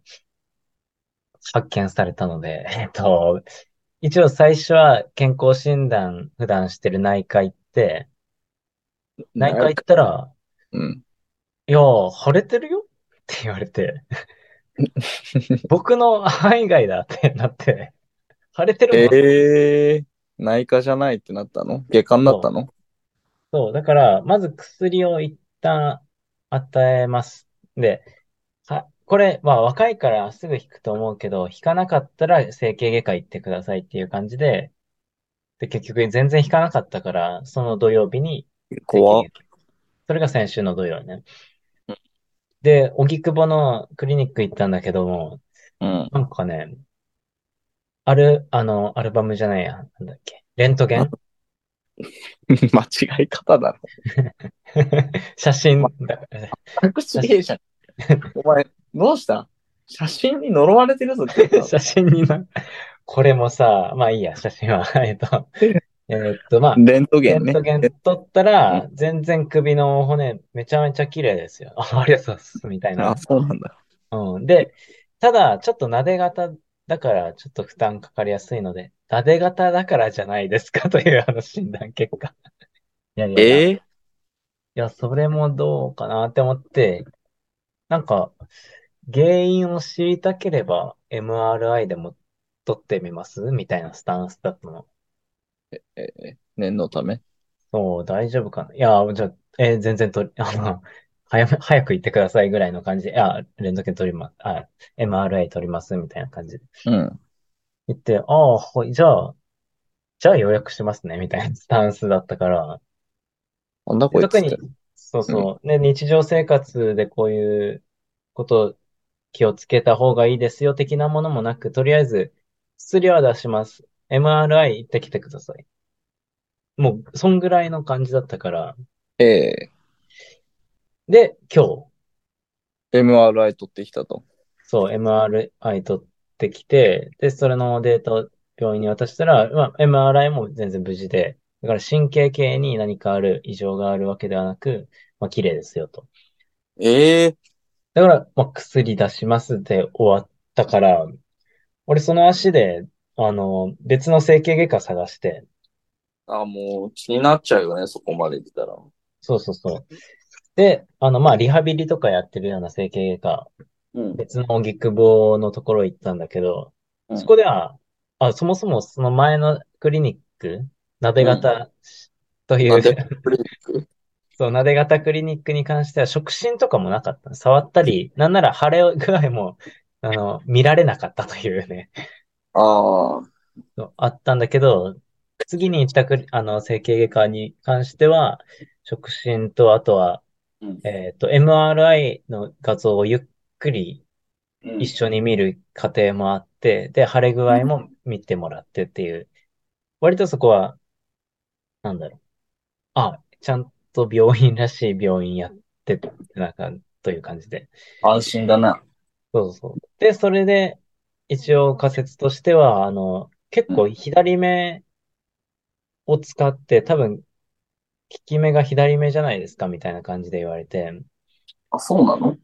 発見されたので、えっと、一応最初は健康診断普段してる内科行って、内科行ったら、うん。いやー、腫れてるよって言われ <laughs> て、僕の範囲外だってなって、腫れてるもん。ええ内科じゃないってなったの外科になったのそう、だから、まず薬を一旦与えます。で、は、これ、まあ若いからすぐ引くと思うけど、引かなかったら整形外科行ってくださいっていう感じで、で、結局全然引かなかったから、その土曜日に整怖っ形外科それが先週の土曜ね。で、荻窪のクリニック行ったんだけども、うん。なんかね、ある、あの、アルバムじゃないや、なんだっけ、レントゲン <laughs> 間違い方だろ。 <laughs> 写真だからね。悪口芸じゃん。お前、どうした写真に呪われてるぞ、ちょっと <laughs> 写真にな、これもさ、まあいいや、写真は。 <laughs> えっと、えっと、まあ、 <laughs> レントゲレンねント。ゲン取ったら、全然首の骨めちゃめちゃ綺麗ですよ。 <laughs> あ、ありがとうございます、みたいなあ、。そうなんだ。うん。で、ただ、ちょっと撫で型だから、ちょっと負担かかりやすいので、撫で型だからじゃないですかというあの診断結果。いやいやいや、いええや、それもどうかなって思って、なんか、原因を知りたければ MRI でも取ってみますみたいなスタンスだったの。念のため。そう、大丈夫かないや、じゃあ、えー全然取り、あの、早め、早く行ってくださいぐらいの感じで、いや、レントゲン取ります、あ、MRI 取りますみたいな感じで。うん。言って、ああ、はい、じゃあ、じゃあ予約しますね、みたいなスタンスだったから。なんだこいつっ特て。に、そうそう、ね、日常生活でこういうこと気をつけた方がいいですよ、的なものもなく、とりあえず、薬は出します。MRI 行ってきてください。もう、そんぐらいの感じだったから。ええで、今日、 MRI 取ってきたと。そう、MRI 取ってきて、で、それのデータを病院に渡したら、まあ、MRI も全然無事で、だから神経系に何かある異常があるわけではなく、まあ、綺麗ですよと。ええだから、まあ、薬出しますで終わったから、俺その足で、あの、別の整形外科探して、あ、もう気になっちゃうよね、そこまで来たら。そうそうそう。で、あの、まあ、リハビリとかやってるような整形外科、うん。別の荻窪のところ行ったんだけど、うんそこでは、あ、そもそもその前のクリニック、なで型という、なでクリニック <laughs> そう、なで型クリニックに関しては、触診とかもなかった。触ったり、なんなら腫れ具合も、あの、見られなかったというね、ああ、そうあったんだけど、次に行ったクリあの、整形外科に関しては、触診と、あとは、うんえっと、MRI の画像をゆっくりうん一緒に見る過程もあって、で、腫れ具合も見てもらってっていう、割とそこは、なんだろう。あ、ちゃんと病院らしい病院やってた、なんか、という感じで。安心だな。そうそうそう。で、それで、一応仮説としては、あの、結構左目を使って、多分、利き目が左目じゃないですか、みたいな感じで言われて、あ、そうなの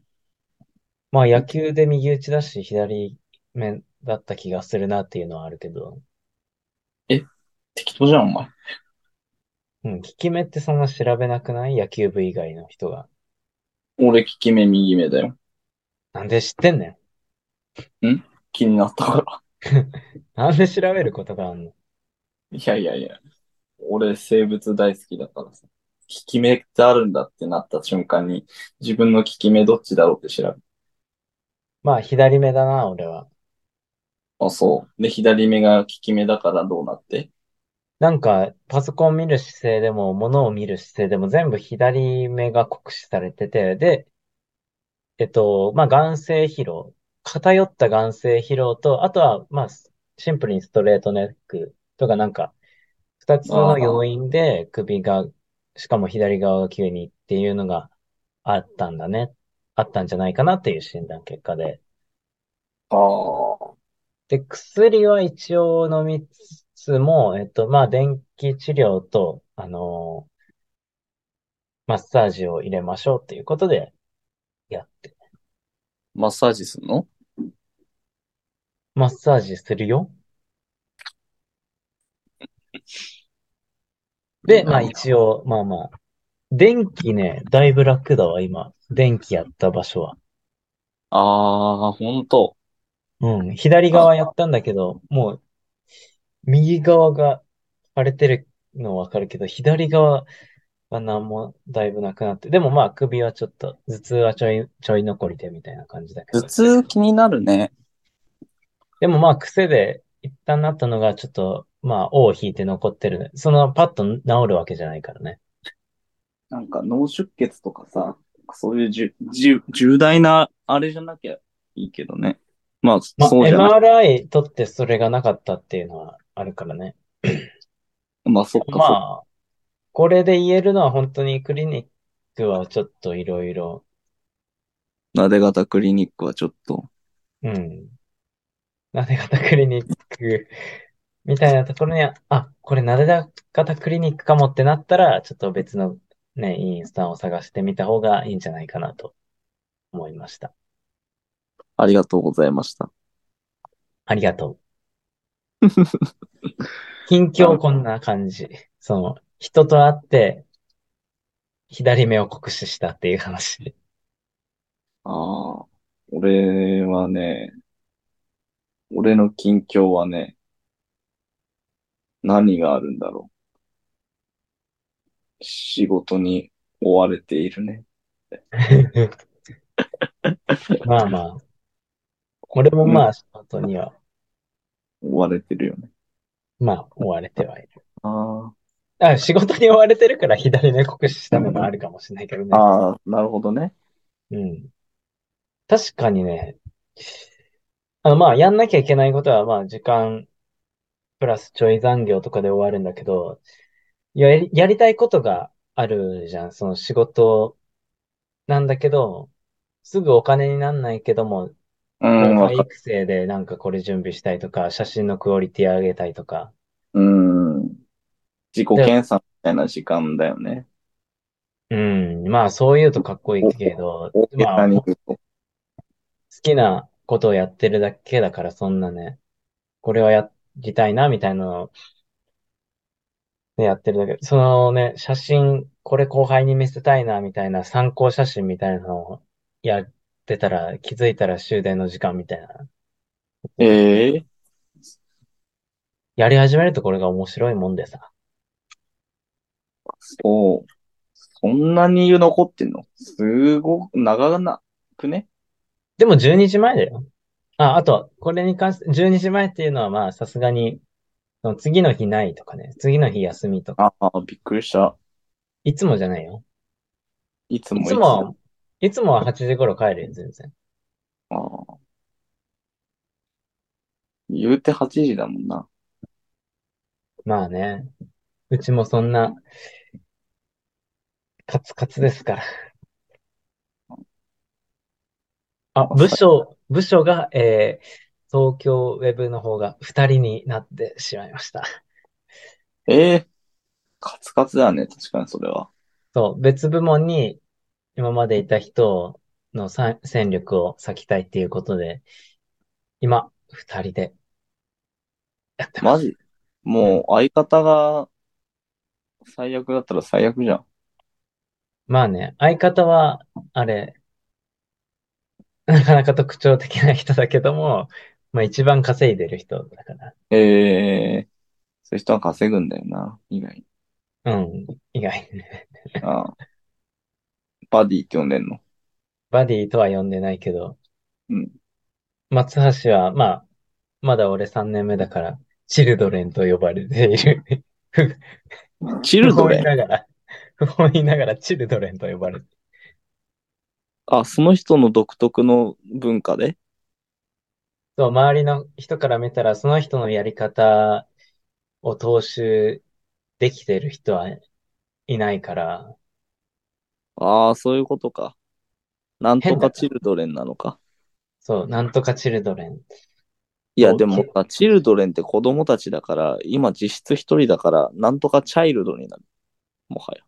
まあ野球で右打ちだし、左目だった気がするなっていうのはあるけど、適当じゃん、お前。うん、利き目ってそんな調べなくない野球部以外の人が。俺、利き目、右目だよ。なんで知ってんね気になったから。ん。なんで調べることがあんのいやいやいや。俺、生物大好きだからさ。利き目ってあるんだってなった瞬間に、自分の利き目どっちだろうって調べる。まあ左目だな、俺は。あ、そう。で、左目が利き目だからどうなってなんか、パソコン見る姿勢でも、物を見る姿勢でも、全部左目が酷使されてて、で、えっと、まあ、眼性疲労、偏った眼性疲労と、あとは、まあ、シンプルにストレートネックとか、なんか、二つの要因で首が、しかも左側が急にっていうのがあったんだね、あったんじゃないかなっていう診断結果で。ああ。で、薬は一応飲みつつも、えっと、まあ、電気治療と、あのーマッサージを入れましょうっていうことで、やって。マッサージすんのマッサージするよ。で、まあ一応、まあまあ。電気ね、だいぶ楽だわ、今。電気やった場所は。ああ、ほんと。うん、左側やったんだけど、もう、右側が腫れてるのわかるけど、左側はなんもだいぶなくなって、でもまあ首はちょっと、頭痛はちょい、ちょい残りでみたいな感じだけど頭。痛気になるね。でもまあ癖で一旦なったのがちょっと、まあ、尾を引いて残ってる。そのパッと治るわけじゃないからね。なんか脳出血とかさ、そういうじゅじゅ重大なあれじゃなきゃいいけどね。まあ、まあ、そうじゃな MRI 取ってそれがなかったっていうのはあるからね。まあ、そっかそっか。まあ、これで言えるのは本当にクリニックはちょっといろいろ、なで型クリニックはちょっと。うん。なで方クリニックみたいなところには、あ、これなで方クリニックかもってなったら、ちょっと別のね、インスタを探してみた方がいいんじゃないかなと思いました。ありがとうございました。ありがとう。近況こんな感じ。その、人と会って、左目を酷使したっていう話。ああ、俺はね、俺の近況はね、何があるんだろう。仕事に追われているね。まあまあ。俺もまあ、仕事には、追われてるよね。まあ、追われてはいる。ああ、仕事に追われてるから左目酷使したのもあるかもしれないけどね。ああ、なるほどね。うん。確かにね、あの、まあ、やんなきゃいけないことは、まあ、時間、プラスちょい残業とかで終わるんだけど、やり、やりたいことがあるじゃん。その仕事なんだけど、すぐお金になんないけども、うん、わ体かる。育成でなんかこれ準備したいとか、写真のクオリティ上げたいとか、うん。自己検査みたいな時間だよね。うん、まあ、そういうとかっこいいけど、大げまあ、さに好言うときなことをやってるだけだから、そんなね、これはやりたいな、みたいなのを、ね、やってるだけ。そのね、写真、これ後輩に見せたいな、みたいな参考写真みたいなのをやってたら、気づいたら終電の時間みたいな。ええやり始めるとこれが面白いもんでさ。そう。そんなに残ってんのすごく、長なくねでも12時前だよ。あ、あと、これに関して、12時前っていうのはまあ、さすがに、その次の日ないとかね、次の日休みとか、ああ、びっくりした。いつもじゃないよ。いついもつも、いつもは8時頃帰るよ、全然。ああ。言うて8時だもんな。まあね、うちもそんな、カツカツですから。あ、あ部さ署、部署が、えー東京ウェブの方が二人になってしまいました。ええカツカツだね。確かにそれ <laughs> は。そう、別部門に今までいた人のさ戦力を割きたいっていうことで、今、二人でやってまマす。ジもう相方が最悪だったら最悪じゃん。まあね、相方は、あれ、なかなか特徴的な人だけども、まあ一番稼いでる人だから、ええそういう人は稼ぐんだよな。意外に。うん、意外にね。ああ、バディって呼んでんの。バディとは呼んでないけど、うん。松橋は、まあ、まだ俺3年目だから、チルドレンと呼ばれている。ふチ不ルド本レ <laughs> 意ン。ながら、不本意ながらチルドレンと呼ばれてる。あ、その人の独特の文化で。そう、周りの人から見たら、その人のやり方を踏襲できてる人はいないから、ああ、そういうことか。なんと変だかかチら。ルドレンなのか。そう、なんとかチルドレン。いや、そう、でもち、さ、チルドレンって子供たちだから、今実質一人だから、なんとかチャイルドになる。もはや。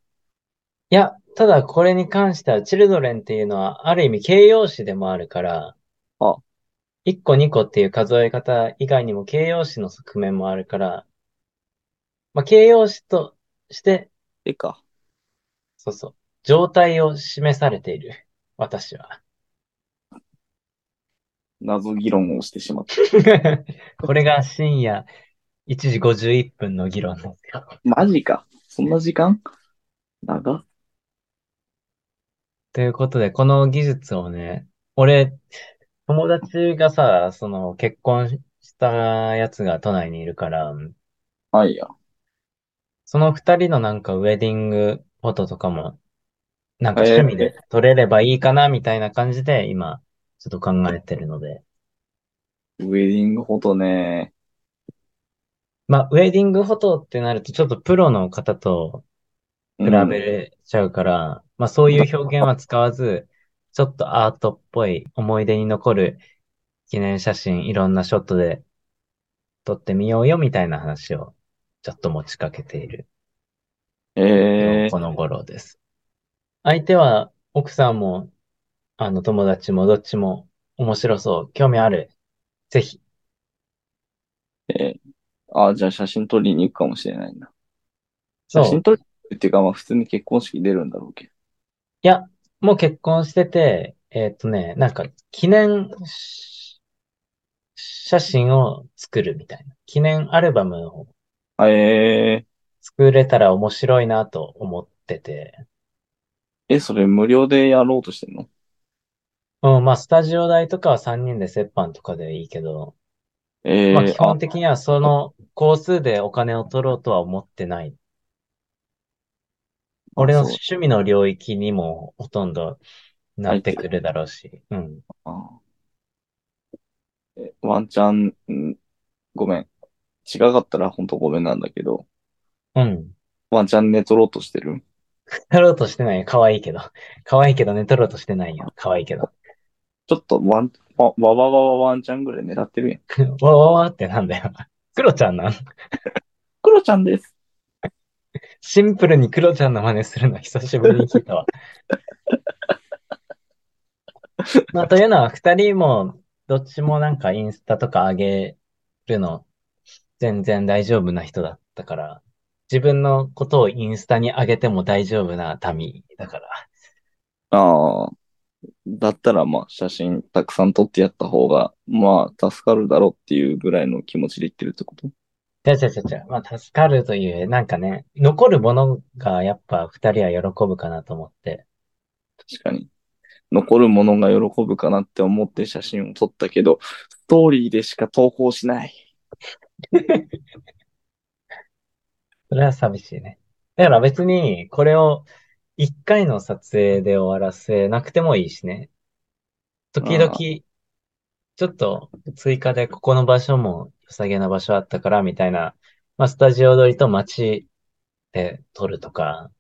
いや、ただこれに関しては、チルドレンっていうのは、ある意味形容詞でもあるから、あ、 1個2個っていう数え方以外にも形容詞の側面もあるから、まあ、形容詞として、ええか。そうそう、状態を示されている。私は。 <laughs> 謎議論をしてしまった。これが深夜1時51分の議論ですよ。マジか。そんな時間長っということで、この技術をね、俺、友達がさ、その結婚したやつが都内にいるから、はいや。その二人のなんかウェディングフォトとかも、なんかえ趣味え、で撮れればいいかな、みたいな感じで今、ちょっと考えてるので。ウェディングフォトね。まあ、ウェディングフォトってなると、ちょっとプロの方とう比べん。れちゃうから、まあそういう表現は使わず、ちょっとアートっぽい思い出に残る記念写真、いろんなショットで撮ってみようよ、みたいな話を、ちょっと持ちかけている、今日ええ、この頃です。相手は、奥さんも、あの、友達もどっちも面白そう。興味ある。ぜひ。ええ。あ、じゃあ写真撮りに行くかもしれないな。写真そう。撮るっていうか、まあ普通に結婚式出るんだろうけど。いや、もう結婚してて、えっとね、なんか、記念し写真を作るみたいな。記念アルバムをええ、作れたら面白いなと思ってて。え、それ無料でやろうとしてんのうん、まあ、スタジオ代とかは3人で折半とかでいいけど、まあ、ええ、基あ、本的にはその工数でお金を取ろうとは思ってない。あ、俺のそう、趣味の領域にもほとんどな入っっててる。くるだろうし。うん。あえワンチャン、んごめん。違かったら本当ごめんなんだけど、うん。ワンチャン寝取ろうとしてる取ろうとしてないよ。可愛いけど。可愛いけどね、取ろうとしてないよ。可愛いけど。 <laughs> ちょっとワン、わ、わわわわワンチャンぐらい狙ってるやん。わわわってなんだよ。クロちゃんなん。クロちゃんです。シンプルにクロちゃんの真似するの久しぶりに聞いたわ。まあ、というのは、二人も、どっちもなんかインスタとか上げるの、全然大丈夫な人だったから、自分のことをインスタに上げても大丈夫な民だから。ああ、だったらまあ写真たくさん撮ってやった方が、まあ助かるだろうっていうぐらいの気持ちで言ってるってことちゃちゃちゃちゃ、まあ、助かるという、なんかね、残るものがやっぱ二人は喜ぶかなと思って。確かに。残るものが喜ぶかなって思って写真を撮ったけど、ストーリーでしか投稿しない。それは寂しいね。だから別に、これを一回の撮影で終わらせなくてもいいしね。時々、ああ、ちょっと追加でここの場所も良さげな場所あったからみたいな、まあ、スタジオ撮りと街で撮るとか、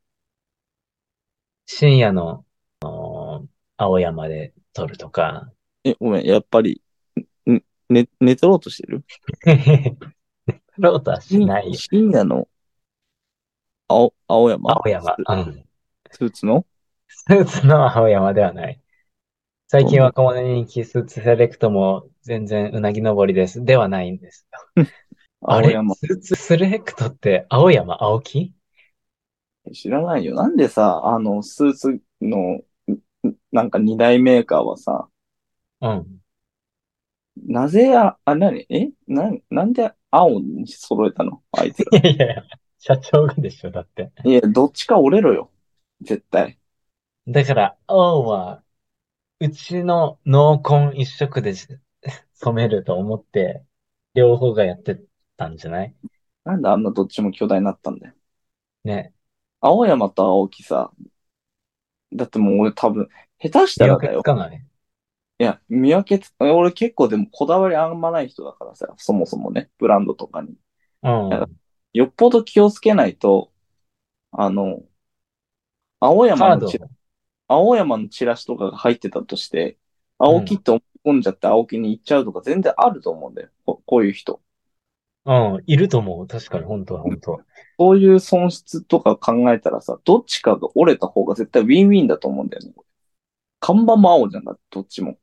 深夜の、あの青山で撮るとか、え、ごめん、やっぱり、ん寝、寝とろうとしてるローとはしないよ。深夜の、青、青山青山。うん。スーツのスーツの青山ではない。最近若者に人気スーツセレクトも全然うなぎ登りです。ではないんですよ。あ青れ、山。スーツセレクトって青山、青木知らないよ。なんでさ、あの、スーツの、んなんか二大メーカーはさ、うん。なぜや、あ、なに、えな、なんで青に揃えたのあい <laughs> つら。いやいやいや、社長がでしょ、だって。いや、どっちか折れろよ。絶対。だから、青は、うちの濃紺一色でし染めると思って、両方がやってたんじゃないなんであんなどっちも巨大になったんだよ。ね。青山と青木さ、だってもう俺多分、下手した見ら分けだつよ。かない。いや、見分けつ、俺結構でもこだわりあんまない人だからさ、そもそもね、ブランドとかに。うん。やよっぽど気をつけないと、あの、青カ山ーのドチラ、青山のチラシとかが入ってたとして、青木って思い込んじゃって青木に行っちゃうとか全然あると思うんだよ。ここういう人。うん、いると思う。確かに、本当は、本当は。そういう損失とか考えたらさ、どっちかが折れた方が絶対ウィンウィンだと思うんだよね。看板も青じゃんだって、どっちも。ね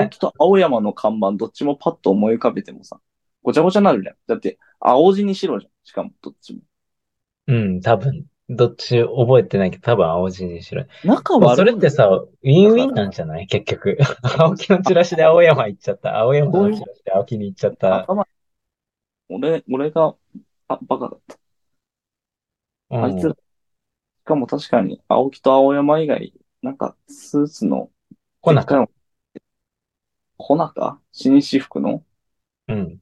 青木と青山の看板、どっちもパッと思い浮かべてもさ、ごちゃごちゃになるじゃん。だって、青字に白じゃん。しかも、どっちも。うん、多分。どっち覚えてないけど、多分青字にしろ。仲でも悪い。それってさ、ウィンウィンなんじゃない結局。 <laughs> 青木のチラシで青山行っちゃった。青山のチラシで青木に行っちゃった。頭、俺、俺が、あ、バカだった。うん、あいつら、しかも確かに、青木と青山以外、なんか、スーツの、来なかっコナカ紳士服のた。うん。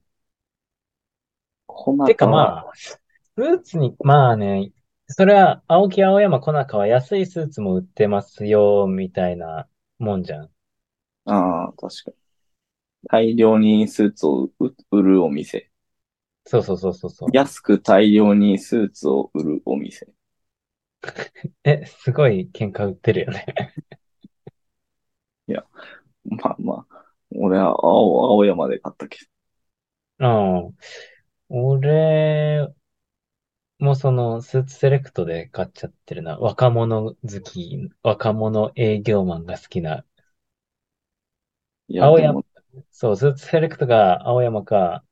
コナカてかまあ、スーツに、まあね、それは、青木、青山、小中は安いスーツも売ってますよ、みたいなもんじゃん。ああ、確かに。大量にスーツを売売るお店。そうそうそうそうそう。安く大量にスーツを売るお店。え、すごい喧嘩売ってるよね。まあまあ、俺は青、青山で買ったけうん。俺もそのスーツセレクトで買っちゃってるな。若者好き、若者営業マンが好きな。ど。いや、青で山もそう、スーツセレクトが青山か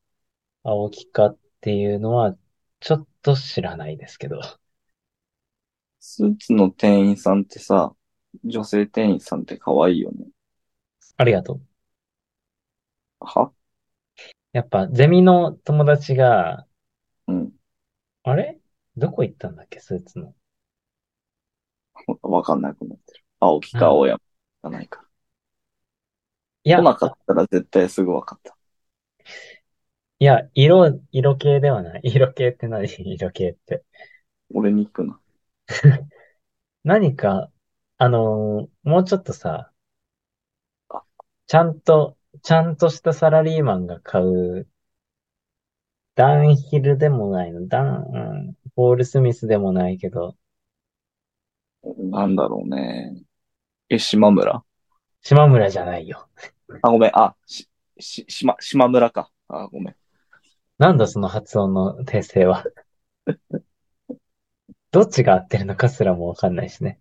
青木かっていうのはちょっと知らないですけど。スーツの店員さんってさ、女性店員さんって可愛いよね。ありがとう。はやっぱゼミの友達が、うん。あれどこ行ったんだっけ、スーツの。わかんなくなってる。青木か青山じゃないか。いや来、なかったら絶対すぐわかった。いや、色、色系ではない。色系って何色系って。俺に行くな。何か、あのーもうちょっとさあ、ちゃんと、ちゃんとしたサラリーマンが買う、ダンヒルでもないの、ダン、うんポール・スミスでもないけど、なんだろうね。え、島村島村じゃないよ。あ、ごめん。あ、し、し、島、島村か。あ、ごめん。なんだその発音の訂正は。どっちが合ってるのかすらもわかんないしね。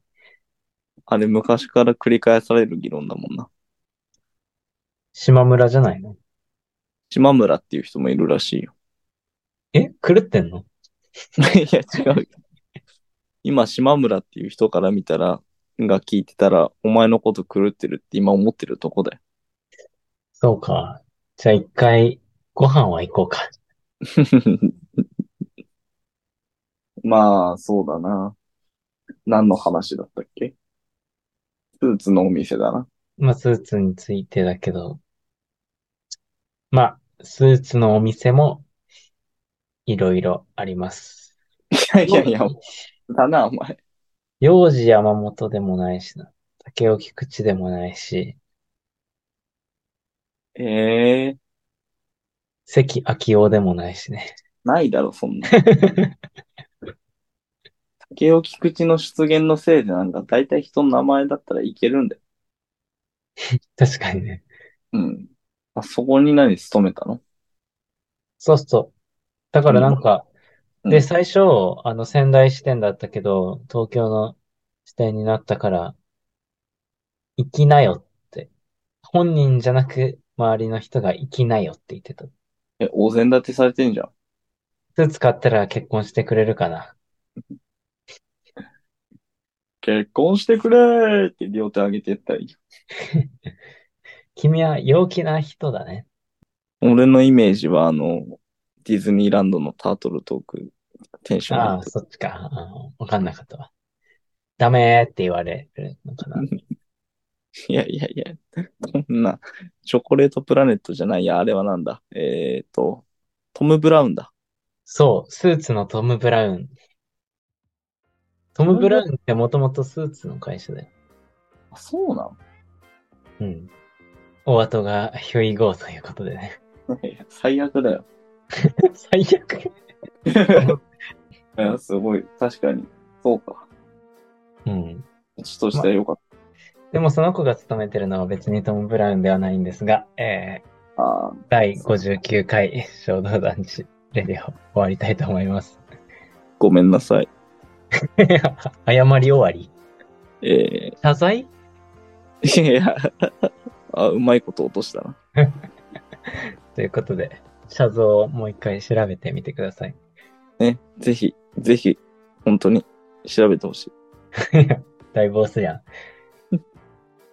あれ、昔から繰り返される議論だもんな。島村じゃないの島村っていう人もいるらしいよ。 <laughs> え狂ってんのいや、違うよ。今、島村っていう人から見たら、が聞いてたら、お前のこと狂ってるって今思ってるとこだよ。そうか。じゃあ一回、ご飯は行こうか。 <laughs> まあ、そうだな。何の話だったっけスーツのお店だな。 <laughs> まあ、スーツについてだけど。まあ、スーツのお店も、いろいろあります。いやいやいや、だな、お前。幼児山本でもないしな。竹尾菊池でもないし、ええ関 <laughs> 明夫でもないしね。ないだろ、そんな。慶応菊池の出現のせいでなんか、大体人の名前だったらいけるんだよ。確かにね。うん。あ、そこに何勤めたのそうそう。だからなんか、うんうで、ん最初、あの、仙台支店だったけど、東京の支店になったから、行きなよって。本人じゃなく、周りの人が行きなよって言ってた。え、お膳立てされてんじゃん。スーツ買ったら結婚してくれるかな。結婚してくれーって両手上げてやったらいいよ。君は陽気な人だね。俺のイメージは、あの、ディズニーランドのタートルトーク、テンション上あがあ、ってそっちか。ああわかんなかったわ。ダメーって言われるのか <laughs> な。いやいやいや、こんな、チョコレートプラネットじゃないや、あれはなんだ。えっと、トム・ブラウンだ。そう、スーツのトム・ブラウン。トム・ブラウンってもともとスーツの会社だよ。あ、そうなうん。お後がヒュイゴーということでね。 <laughs> の <laughs> いや最悪だよ。最悪。 <laughs> いや、すごい。確かに。そうか。うん。うちとしてはよかっでもその子が勤めてるのは別にトム・ブラウンではないんですが、えー、た。あー第59回衝動団地レディオ終わりたいと思います。 <laughs> ごめんなさい。謝り終わり。え謝罪ー、 <laughs> いや、あ、うまいこと落としたな。ということで、謝像をもう一回調べてみてください。ね、ぜひ、ぜひ、本当に調べてほしい。大ボスやん。 <laughs>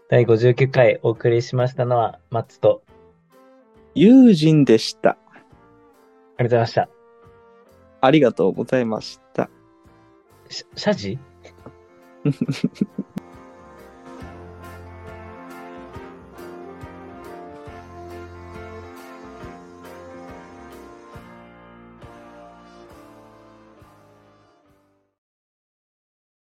第59回お送りしましたのは、マッツと、友人でした。ありがとうございました。ありがとうございました。し謝辞